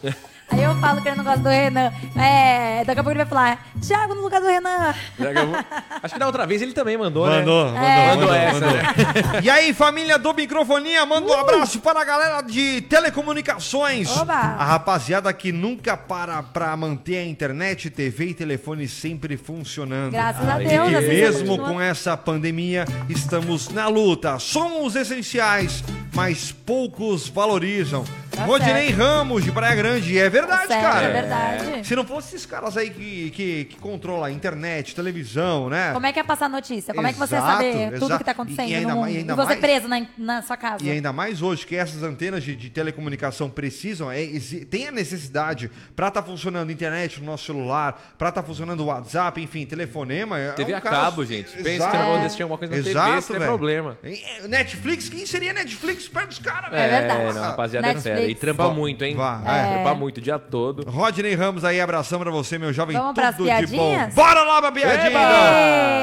[SPEAKER 6] Aí eu falo que ele não gosta do Renan. É, daqui a pouco ele vai falar, Thiago no lugar do Renan.
[SPEAKER 7] Dragon Ball. Acho que da outra vez ele também mandou,
[SPEAKER 5] Mandou,
[SPEAKER 7] né?
[SPEAKER 5] mandou,
[SPEAKER 6] É.
[SPEAKER 5] mandou,
[SPEAKER 7] Mandou essa, né?
[SPEAKER 5] mandou. E aí, família do Microfonia, manda um abraço para a galera de telecomunicações.
[SPEAKER 6] Uh! Oba.
[SPEAKER 5] A rapaziada que nunca para para manter a internet, TV e telefone sempre funcionando.
[SPEAKER 6] Graças a
[SPEAKER 5] E
[SPEAKER 6] Deus,
[SPEAKER 5] que
[SPEAKER 6] assim você
[SPEAKER 5] mesmo
[SPEAKER 6] continua.
[SPEAKER 5] com essa pandemia, estamos na luta. Somos essenciais, mas poucos valorizam.
[SPEAKER 6] Tá
[SPEAKER 5] Rodinei Ramos, de Praia Grande. É verdade,
[SPEAKER 6] Sério,
[SPEAKER 5] cara.
[SPEAKER 6] é verdade.
[SPEAKER 5] Se não fossem esses caras aí que, que, que controlam a internet, televisão, né?
[SPEAKER 6] Como é que é passar notícia? Como é que você
[SPEAKER 5] Exato,
[SPEAKER 6] saber tudo
[SPEAKER 5] exato.
[SPEAKER 6] que tá acontecendo
[SPEAKER 5] E- e ainda
[SPEAKER 6] no mundo?
[SPEAKER 5] mais- e ainda
[SPEAKER 6] e você
[SPEAKER 5] mais-
[SPEAKER 6] preso na, na sua casa.
[SPEAKER 5] E ainda mais hoje que essas antenas de, de telecomunicação precisam, é, exi- tem a necessidade pra estar funcionando internet no nosso celular, pra estar funcionando o WhatsApp, enfim, telefonema. É
[SPEAKER 7] TV
[SPEAKER 5] um
[SPEAKER 7] a
[SPEAKER 5] caos.
[SPEAKER 7] cabo, gente. Pensa
[SPEAKER 5] Exato.
[SPEAKER 7] que eu vou assistir alguma coisa na TV, isso não é
[SPEAKER 5] velho.
[SPEAKER 7] problema.
[SPEAKER 5] E- é, Netflix, quem seria Netflix perto dos caras,
[SPEAKER 6] É
[SPEAKER 5] velho?
[SPEAKER 6] verdade.
[SPEAKER 7] não, rapaziada, é
[SPEAKER 6] Netflix.
[SPEAKER 7] fera. E trampa
[SPEAKER 5] Vá,
[SPEAKER 7] muito, hein?
[SPEAKER 5] vá,
[SPEAKER 7] é. Trampa muito o dia todo.
[SPEAKER 5] Rodney Ramos aí, abração pra você, meu jovem.
[SPEAKER 6] Vamos
[SPEAKER 5] tudo
[SPEAKER 6] pras
[SPEAKER 5] de bom.
[SPEAKER 6] piadinhas?
[SPEAKER 5] Bora lá pra piadinha.
[SPEAKER 6] Eba!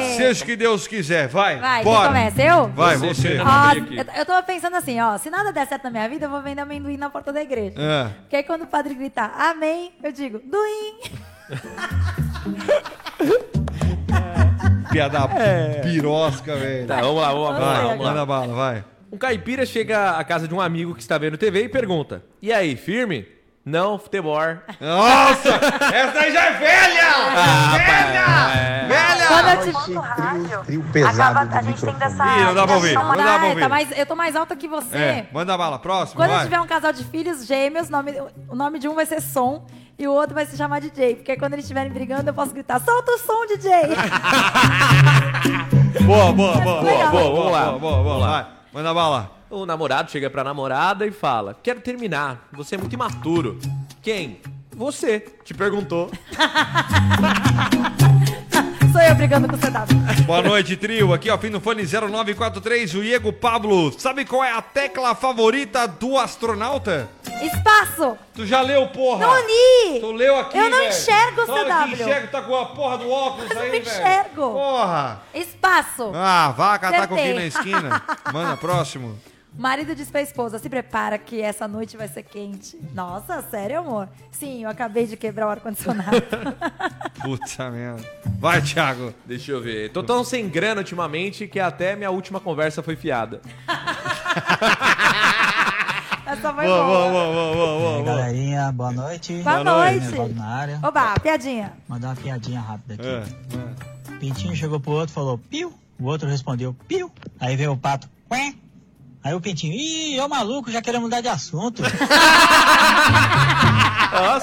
[SPEAKER 5] então. Seja o que Deus quiser, vai.
[SPEAKER 6] Vai, quem
[SPEAKER 5] bora.
[SPEAKER 6] começa? Eu?
[SPEAKER 5] Vai,
[SPEAKER 7] Você,
[SPEAKER 5] você.
[SPEAKER 7] Fernando.
[SPEAKER 6] Ó,
[SPEAKER 7] Abri aqui.
[SPEAKER 6] eu, eu tava pensando assim, ó, se nada der certo na minha vida, eu vou vender amendoim na porta da igreja.
[SPEAKER 5] É.
[SPEAKER 6] Porque aí quando o padre gritar amém, eu digo, duim.
[SPEAKER 5] Piada
[SPEAKER 6] É.
[SPEAKER 5] pirosca, velho.
[SPEAKER 7] Tá, vamos lá, vamos lá, vamos lá.
[SPEAKER 5] Vai,
[SPEAKER 7] Vamos lá.
[SPEAKER 5] manda bala, vai.
[SPEAKER 7] Um caipira chega à casa de um amigo que está vendo TV e pergunta: E aí, firme? Não, futebol.
[SPEAKER 5] [LAUGHS] Nossa, essa aí já é velha! velha!
[SPEAKER 6] Quando
[SPEAKER 5] Velha!
[SPEAKER 6] eu te
[SPEAKER 4] Esse trio, trio pesado
[SPEAKER 6] acaba, a
[SPEAKER 4] do
[SPEAKER 6] gente tem
[SPEAKER 4] microfone.
[SPEAKER 6] dessa...
[SPEAKER 5] Ih, não dá pra ouvir,
[SPEAKER 6] dessa
[SPEAKER 5] não dá pra
[SPEAKER 6] moral,
[SPEAKER 5] ouvir.
[SPEAKER 6] tá mais- eu tô mais alta que você.
[SPEAKER 5] É, manda bala, próximo,
[SPEAKER 6] Quando
[SPEAKER 5] vai.
[SPEAKER 6] tiver um casal de filhos gêmeos, nome- o nome de um vai ser Som e o outro vai se chamar DJ. Porque quando eles estiverem brigando, eu posso gritar: solta o som, DJ!
[SPEAKER 5] [LAUGHS] Boa, boa, boa,
[SPEAKER 6] Legal.
[SPEAKER 7] Vamos lá.
[SPEAKER 5] Boa, boa, boa, vai. Manda bala.
[SPEAKER 7] O namorado chega pra namorada e fala: Quero terminar, você é muito imaturo. Quem? Você. Te perguntou.
[SPEAKER 6] Sou eu brigando com o CW.
[SPEAKER 5] Boa noite, trio. Aqui, ó, fim do fone 0943, o Diego Pablo. Sabe qual é a tecla favorita do astronauta?
[SPEAKER 6] Espaço!
[SPEAKER 5] Tu já leu, porra!
[SPEAKER 6] Não li!
[SPEAKER 5] Tu leu aqui,
[SPEAKER 6] Eu não
[SPEAKER 5] velho.
[SPEAKER 6] enxergo o
[SPEAKER 5] Tá, aqui,
[SPEAKER 6] CW.
[SPEAKER 5] enxerga, tá com a porra do óculos
[SPEAKER 6] Eu não
[SPEAKER 5] aí, velho.
[SPEAKER 6] enxergo.
[SPEAKER 5] Porra!
[SPEAKER 6] Espaço!
[SPEAKER 5] Ah, vaca tá com o fim na
[SPEAKER 6] Acertei.
[SPEAKER 5] esquina. Manda,
[SPEAKER 6] [LAUGHS]
[SPEAKER 5] próximo.
[SPEAKER 6] Marido diz pra esposa: se prepara que essa noite vai ser quente. Nossa, sério, amor? Sim, eu acabei de quebrar o ar-condicionado. [LAUGHS]
[SPEAKER 5] Puta merda. Vai, Thiago.
[SPEAKER 7] Deixa eu ver. Tô tão sem grana ultimamente que até minha última conversa foi fiada.
[SPEAKER 6] Essa foi
[SPEAKER 5] Boa, boa,
[SPEAKER 6] boa.
[SPEAKER 5] boa, boa, boa, boa, boa.
[SPEAKER 4] Galerinha, boa noite.
[SPEAKER 6] Boa noite.
[SPEAKER 4] Valdo na área.
[SPEAKER 6] Oba, piadinha.
[SPEAKER 4] Mandar uma piadinha rápida aqui.
[SPEAKER 5] É.
[SPEAKER 4] Pintinho chegou pro outro e falou piu. O outro respondeu piu. Aí veio o pato quê. Aí o pintinho, ih, ô maluco, já queremos mudar de assunto.
[SPEAKER 7] Nossa,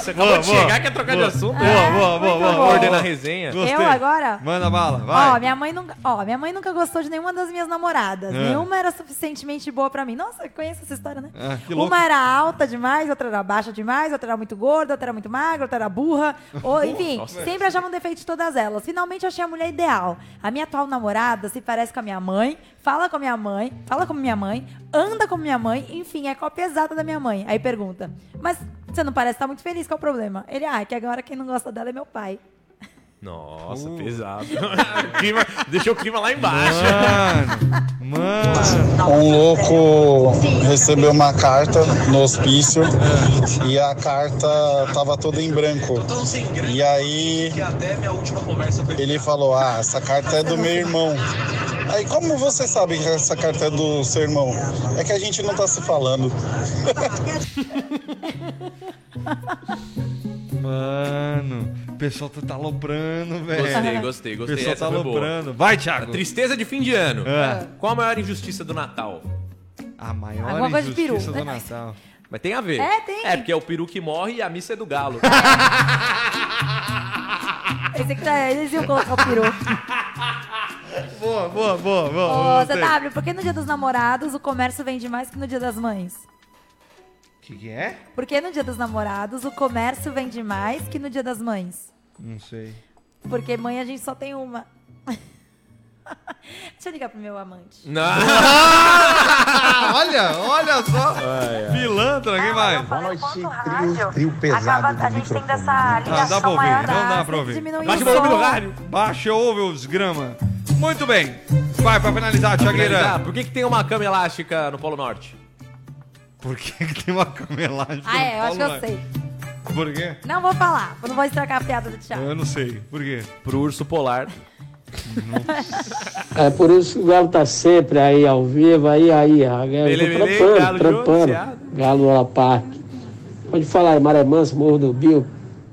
[SPEAKER 7] Você acabou de chegar, quer trocar de assunto? né?
[SPEAKER 5] Boa, boa, boa, boa.
[SPEAKER 7] Vou ordenar a
[SPEAKER 5] boa.
[SPEAKER 7] resenha.
[SPEAKER 5] Gostei.
[SPEAKER 6] Eu agora?
[SPEAKER 5] Manda bala,
[SPEAKER 6] Ó,
[SPEAKER 5] vai.
[SPEAKER 6] minha mãe nunca, ó, minha mãe nunca gostou de nenhuma das minhas namoradas.
[SPEAKER 5] É.
[SPEAKER 6] Nenhuma era suficientemente boa pra mim. Nossa, conheço essa história, né?
[SPEAKER 5] Ah, que louco.
[SPEAKER 6] uma era alta demais, outra era baixa demais, outra era muito gorda, outra era muito magra, outra
[SPEAKER 5] [LAUGHS]
[SPEAKER 6] era burra. Ou, enfim, sempre achava um defeito de todas elas. Finalmente achei a mulher ideal. A minha atual namorada se parece com a minha mãe, fala com a minha mãe, fala como minha mãe, anda como minha mãe, enfim, é cópia exata da minha mãe. Aí pergunta: "Mas você não parece estar muito feliz, qual o problema?" Ele: "Ah, é que agora quem não gosta dela é meu pai."
[SPEAKER 7] Nossa, pesado. Ah. O clima, deixou o clima lá embaixo.
[SPEAKER 5] [LAUGHS] Mano,
[SPEAKER 6] [LAUGHS]
[SPEAKER 5] mano.
[SPEAKER 11] Um louco recebeu uma carta no hospício e a carta tava toda em branco. E aí ele falou: Ah, essa carta é do meu irmão. Aí, como você sabe que essa carta é do seu irmão? É que a gente não tá se falando.
[SPEAKER 5] Mano. O pessoal tá tá aloprando,
[SPEAKER 7] Gostei,
[SPEAKER 5] velho.
[SPEAKER 7] gostei,
[SPEAKER 5] O
[SPEAKER 7] gostei.
[SPEAKER 5] pessoal tá
[SPEAKER 7] Essa foi boa. Tá
[SPEAKER 5] aloprando. Vai,
[SPEAKER 7] A
[SPEAKER 5] Thiago.
[SPEAKER 7] tristeza de fim de ano.
[SPEAKER 5] É.
[SPEAKER 7] Qual a maior injustiça do Natal?
[SPEAKER 5] A maior
[SPEAKER 6] Alguma coisa de peru,
[SPEAKER 5] injustiça do
[SPEAKER 6] né?
[SPEAKER 5] Natal.
[SPEAKER 7] Mas tem a ver.
[SPEAKER 6] É, tem.
[SPEAKER 7] É, porque é o peru que morre e a missa é do galo.
[SPEAKER 6] Esse que tá, eles iam colocar o peru.
[SPEAKER 5] Boa, boa, boa, boa.
[SPEAKER 6] Ô, tá-
[SPEAKER 5] gostei.
[SPEAKER 6] ZW, por que no dia dos namorados o comércio vende mais que no dia das mães?
[SPEAKER 5] Que que é?
[SPEAKER 6] Por que no dia dos namorados o comércio vende mais que no dia das mães?
[SPEAKER 5] Não sei.
[SPEAKER 6] Porque mãe a gente só tem uma. [LAUGHS] Deixa eu ligar pro meu amante.
[SPEAKER 7] Não.
[SPEAKER 5] Ah, olha, olha [LAUGHS] só. Pilantra,
[SPEAKER 6] Ah,
[SPEAKER 5] quem mais?
[SPEAKER 6] Boa noite,
[SPEAKER 11] trio pesado
[SPEAKER 6] a
[SPEAKER 11] do
[SPEAKER 6] gente tem
[SPEAKER 11] microfone.
[SPEAKER 6] dessa
[SPEAKER 5] Ah, dá pra
[SPEAKER 6] ligação
[SPEAKER 5] ouvir,
[SPEAKER 6] maior
[SPEAKER 5] não dá
[SPEAKER 6] da-
[SPEAKER 5] pra ouvir.
[SPEAKER 6] diminuir
[SPEAKER 7] Baixa o
[SPEAKER 6] o
[SPEAKER 7] volume do
[SPEAKER 6] som.
[SPEAKER 7] rádio.
[SPEAKER 5] Baixa ouve os grama. Muito bem. Vai, pra finalizar,
[SPEAKER 7] Finalizar,
[SPEAKER 5] Thiagueira.
[SPEAKER 7] Por que, que tem uma cama elástica no Polo Norte?
[SPEAKER 5] Por que, que tem uma camelagem?
[SPEAKER 6] Ah, é, eu acho que eu sei.
[SPEAKER 5] Por quê?
[SPEAKER 6] Não vou falar, eu não vou estragar a piada do Thiago.
[SPEAKER 5] Eu não sei. Por quê?
[SPEAKER 7] Pro urso polar.
[SPEAKER 12] É por isso que o Galo tá sempre aí ao vivo, aí, aí, ó.
[SPEAKER 7] Bele,
[SPEAKER 12] Eu tô
[SPEAKER 7] bele, Galo
[SPEAKER 12] trampando, trampando.
[SPEAKER 7] Jones,
[SPEAKER 12] Galo Ola Parque. Pode falar aí, Maré Manso, Morro do Bio,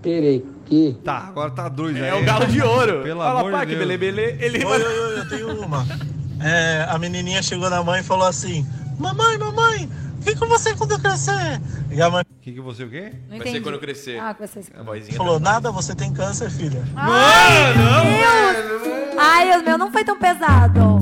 [SPEAKER 12] Perequi.
[SPEAKER 5] Tá, agora tá dois aí.
[SPEAKER 7] É o galo de ouro.
[SPEAKER 5] Pelo
[SPEAKER 7] Fala,
[SPEAKER 5] amor de
[SPEAKER 7] pá, que
[SPEAKER 5] Deus.
[SPEAKER 7] belê, belê. Ele
[SPEAKER 3] Oi, oi, oi, eu tenho uma. É, a menininha chegou na mãe e falou assim: Mamãe, mamãe, vem com você quando eu crescer. E a mãe
[SPEAKER 5] O [LAUGHS] que, que você o quê?
[SPEAKER 7] Vai
[SPEAKER 6] Não
[SPEAKER 7] ser
[SPEAKER 6] entendi.
[SPEAKER 7] quando eu crescer.
[SPEAKER 6] Ah, que vai ser.
[SPEAKER 7] A vozinha.
[SPEAKER 3] falou: Nada, você tem câncer, filha.
[SPEAKER 5] Mano, não!
[SPEAKER 6] Ai, o meu não foi tão pesado.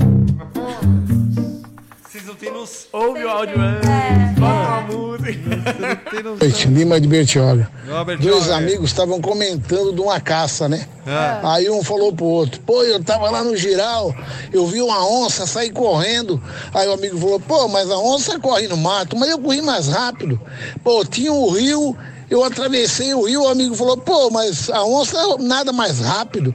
[SPEAKER 5] Vocês não têm noção.
[SPEAKER 7] Ouve o áudio
[SPEAKER 5] né?
[SPEAKER 7] antes.
[SPEAKER 6] É.
[SPEAKER 7] Bota uma música.
[SPEAKER 5] Vocês não têm noção.
[SPEAKER 11] Noite, Lima de Bertioga.
[SPEAKER 5] Robert
[SPEAKER 11] Dois
[SPEAKER 5] Jorge.
[SPEAKER 11] amigos estavam comentando de uma caça, né?
[SPEAKER 5] Ah.
[SPEAKER 11] Aí um falou pro outro, pô, eu tava lá no giral, eu vi uma onça, saí correndo. Aí o amigo falou, pô, mas a onça corre no mato, mas eu corri mais rápido. Pô, tinha um rio, eu atravessei o rio, o amigo falou, pô, mas a onça nada mais rápido.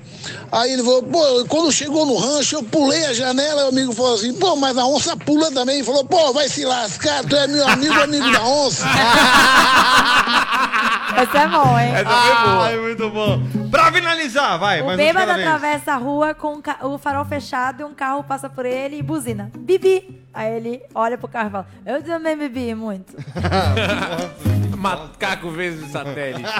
[SPEAKER 11] Aí ele falou, pô, quando chegou no rancho, eu pulei a janela, o amigo falou assim, pô, mas a onça pula também. Ele falou, pô, vai se lascar, tu é meu amigo, amigo da onça.
[SPEAKER 6] Esse é bom, hein?
[SPEAKER 5] Essa foi boa. Ai, muito bom. Pra finalizar, vai.
[SPEAKER 6] O
[SPEAKER 5] mais um de
[SPEAKER 6] bêbado
[SPEAKER 5] cada vez.
[SPEAKER 6] atravessa a rua com o ca- o farol fechado e um carro passa por ele e buzina. Bibi! Aí ele olha pro carro e fala: Eu também bebi muito.
[SPEAKER 7] Macaco vezes satélite. [LAUGHS]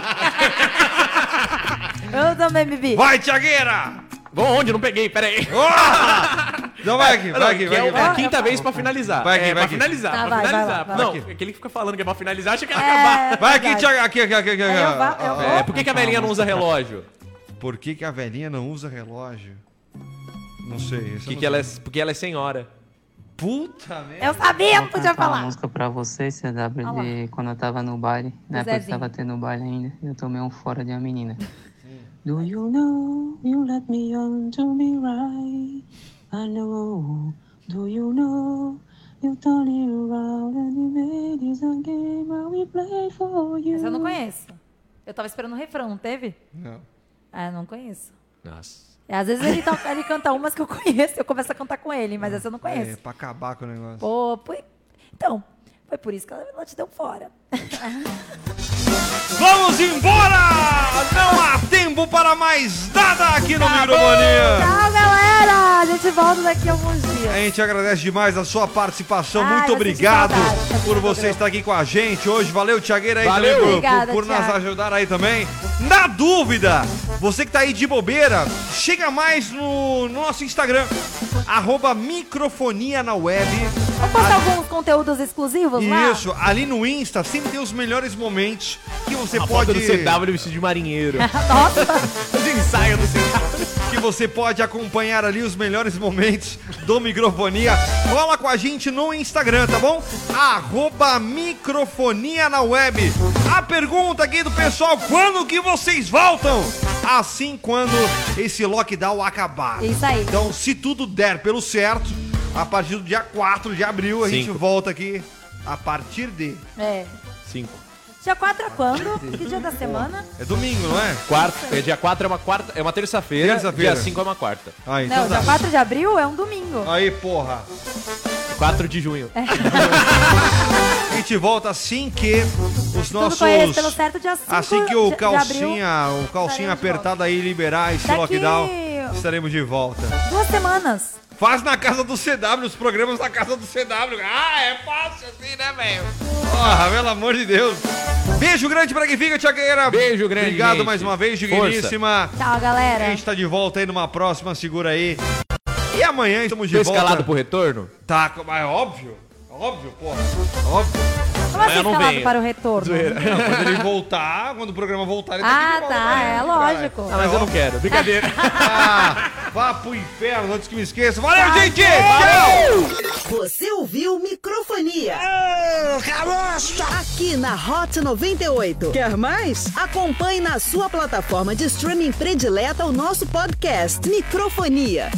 [SPEAKER 6] Eu também bebi.
[SPEAKER 5] Vai, Thiagueira!
[SPEAKER 7] Bom, onde? Eu Não peguei, peraí. [LAUGHS]
[SPEAKER 5] Então vai aqui, vai aqui,
[SPEAKER 7] que
[SPEAKER 5] vai
[SPEAKER 7] é,
[SPEAKER 5] aqui.
[SPEAKER 7] o- é
[SPEAKER 5] vai
[SPEAKER 7] a
[SPEAKER 5] aqui.
[SPEAKER 7] quinta vez pra finalizar.
[SPEAKER 5] Vai aqui, vai
[SPEAKER 7] é, pra
[SPEAKER 5] aqui.
[SPEAKER 7] finalizar,
[SPEAKER 6] Tá,
[SPEAKER 7] pra
[SPEAKER 6] vai, vai lá,
[SPEAKER 7] finalizar.
[SPEAKER 6] vai lá.
[SPEAKER 7] Não, aquele que fica falando que é pra finalizar, acha que ela acabar.
[SPEAKER 5] Vai aqui,
[SPEAKER 6] verdade.
[SPEAKER 5] Thiago. Aqui, aqui, aqui, aqui.
[SPEAKER 6] Aí eu vá-
[SPEAKER 5] aqui.
[SPEAKER 6] eu vou-
[SPEAKER 7] É, por que, que a velhinha não usa relógio?
[SPEAKER 5] Por que, que a velhinha não usa relógio? Não sei. esse eu
[SPEAKER 7] Que
[SPEAKER 5] não
[SPEAKER 7] que ela é,
[SPEAKER 5] sei.
[SPEAKER 7] porque ela é senhora.
[SPEAKER 5] Puta merda.
[SPEAKER 6] Eu sabia que podia
[SPEAKER 13] cantar uma
[SPEAKER 6] falar.
[SPEAKER 13] música pra vocês, CW,
[SPEAKER 6] Ah lá.
[SPEAKER 13] de quando eu tava no baile. Na época que
[SPEAKER 6] Zezinho.
[SPEAKER 13] eu tava tendo baile ainda, eu tomei um fora de uma
[SPEAKER 6] [LAUGHS]
[SPEAKER 13] menina. Do you know you let me on to be right? I know. Do you know you turn it around and you made this a game I will play for you?
[SPEAKER 6] Essa eu não conheço. Eu tava esperando o refrão, não teve?
[SPEAKER 5] Não.
[SPEAKER 6] Ah, eu não conheço.
[SPEAKER 7] Nossa.
[SPEAKER 6] Às vezes ele, to- ele canta umas que eu conheço, eu começo a cantar com ele, mas essa eu não
[SPEAKER 5] É,
[SPEAKER 6] conheço.
[SPEAKER 5] pra acabar com o negócio.
[SPEAKER 6] Pô, foi... Então, foi por isso que ela ela te deu
[SPEAKER 5] [LAUGHS]
[SPEAKER 6] fora.
[SPEAKER 5] Vamos embora! Não há tempo para mais nada aqui no Microfonia.
[SPEAKER 6] Tchau, galera! A gente volta daqui a alguns dias.
[SPEAKER 5] A gente agradece demais a sua participação.
[SPEAKER 6] Ai, eu
[SPEAKER 5] Muito
[SPEAKER 6] senti
[SPEAKER 5] obrigado
[SPEAKER 6] saudade desse
[SPEAKER 5] por você
[SPEAKER 6] programa.
[SPEAKER 5] estar aqui com a gente hoje. Valeu, Tiagueira, aí
[SPEAKER 7] Valeu.
[SPEAKER 5] também por,
[SPEAKER 6] Obrigada,
[SPEAKER 5] por- por nos
[SPEAKER 6] Thiago.
[SPEAKER 5] ajudar aí também. Na dúvida, você que tá aí de bobeira, chega mais no, no nosso Instagram, arroba microfonia na web.
[SPEAKER 6] Vamos botar alguns conteúdos exclusivos lá?
[SPEAKER 5] Isso, ali no Insta sempre tem os melhores momentos que você
[SPEAKER 7] A
[SPEAKER 5] pode.
[SPEAKER 7] foto do CW vestido de marinheiro. [LAUGHS]
[SPEAKER 6] Ah,
[SPEAKER 5] Os ensaios do CW. Que você pode acompanhar ali os melhores momentos do microfonia. Cola com a gente no Instagram, tá bom? Arroba microfonia na web. A pergunta aqui do pessoal: quando que vocês voltam? Assim quando esse lockdown acabar.
[SPEAKER 6] Isso aí.
[SPEAKER 5] Então, se tudo der pelo certo, a partir do dia 4 de abril, a gente
[SPEAKER 7] Cinco.
[SPEAKER 5] volta aqui. A partir de.
[SPEAKER 6] [LAUGHS] É.
[SPEAKER 7] Cinco.
[SPEAKER 6] Dia 4 é quando? Que dia da semana?
[SPEAKER 5] É domingo, não é?
[SPEAKER 7] Quarto, é dia 4 é uma quarta, é uma terça-feira,
[SPEAKER 5] Terça-feira.
[SPEAKER 7] dia 5 é uma quarta.
[SPEAKER 5] Aí,
[SPEAKER 6] Não,
[SPEAKER 5] então
[SPEAKER 6] dia
[SPEAKER 5] tá.
[SPEAKER 6] 4 de abril é um domingo.
[SPEAKER 5] Aí, porra.
[SPEAKER 7] 4 de junho.
[SPEAKER 6] É.
[SPEAKER 5] A gente volta assim que os
[SPEAKER 6] Tudo
[SPEAKER 5] nossos.
[SPEAKER 6] conhecido pelo certo dia 5
[SPEAKER 5] Assim que o
[SPEAKER 6] de- de abril.
[SPEAKER 5] calcinha, o calcinha
[SPEAKER 6] estaremos de
[SPEAKER 5] apertado aí liberar esse
[SPEAKER 6] Daqui-
[SPEAKER 5] lockdown, estaremos de volta.
[SPEAKER 6] Duas semanas.
[SPEAKER 5] Faz na casa do CW, os programas na casa do CW. Ah, é fácil assim, né, velho? Porra, pelo amor de Deus. Beijo grande pra quem fica, Tiagueira.
[SPEAKER 7] Beijo grande,
[SPEAKER 5] Obrigado
[SPEAKER 7] gente.
[SPEAKER 5] mais uma vez,
[SPEAKER 7] Força.
[SPEAKER 5] digníssima.
[SPEAKER 6] Tchau,
[SPEAKER 5] A
[SPEAKER 6] galera.
[SPEAKER 5] gente tá de volta aí numa próxima, segura aí. E amanhã estamos de
[SPEAKER 7] Tô
[SPEAKER 5] volta.
[SPEAKER 7] escalado pro retorno?
[SPEAKER 5] Tá, mas é óbvio. Óbvio, porra. É Óbvio.
[SPEAKER 6] Como assim
[SPEAKER 7] eu não
[SPEAKER 6] escalado
[SPEAKER 7] venho.
[SPEAKER 6] para o retorno?
[SPEAKER 5] Não, quando ele voltar, quando o programa voltar, ele tá aqui de
[SPEAKER 6] Ah,
[SPEAKER 5] volta,
[SPEAKER 6] tá.
[SPEAKER 5] né?
[SPEAKER 6] É lógico.
[SPEAKER 7] Ah, mas eu não quero. Brincadeira.
[SPEAKER 5] [LAUGHS] Ah, vá pro inferno antes que me esqueça. Valeu, gente!
[SPEAKER 3] Você ouviu Microfonia.
[SPEAKER 4] Caroço!
[SPEAKER 3] Aqui na Hot 98. Quer mais? Acompanhe na sua plataforma de streaming predileta o nosso podcast Microfonia.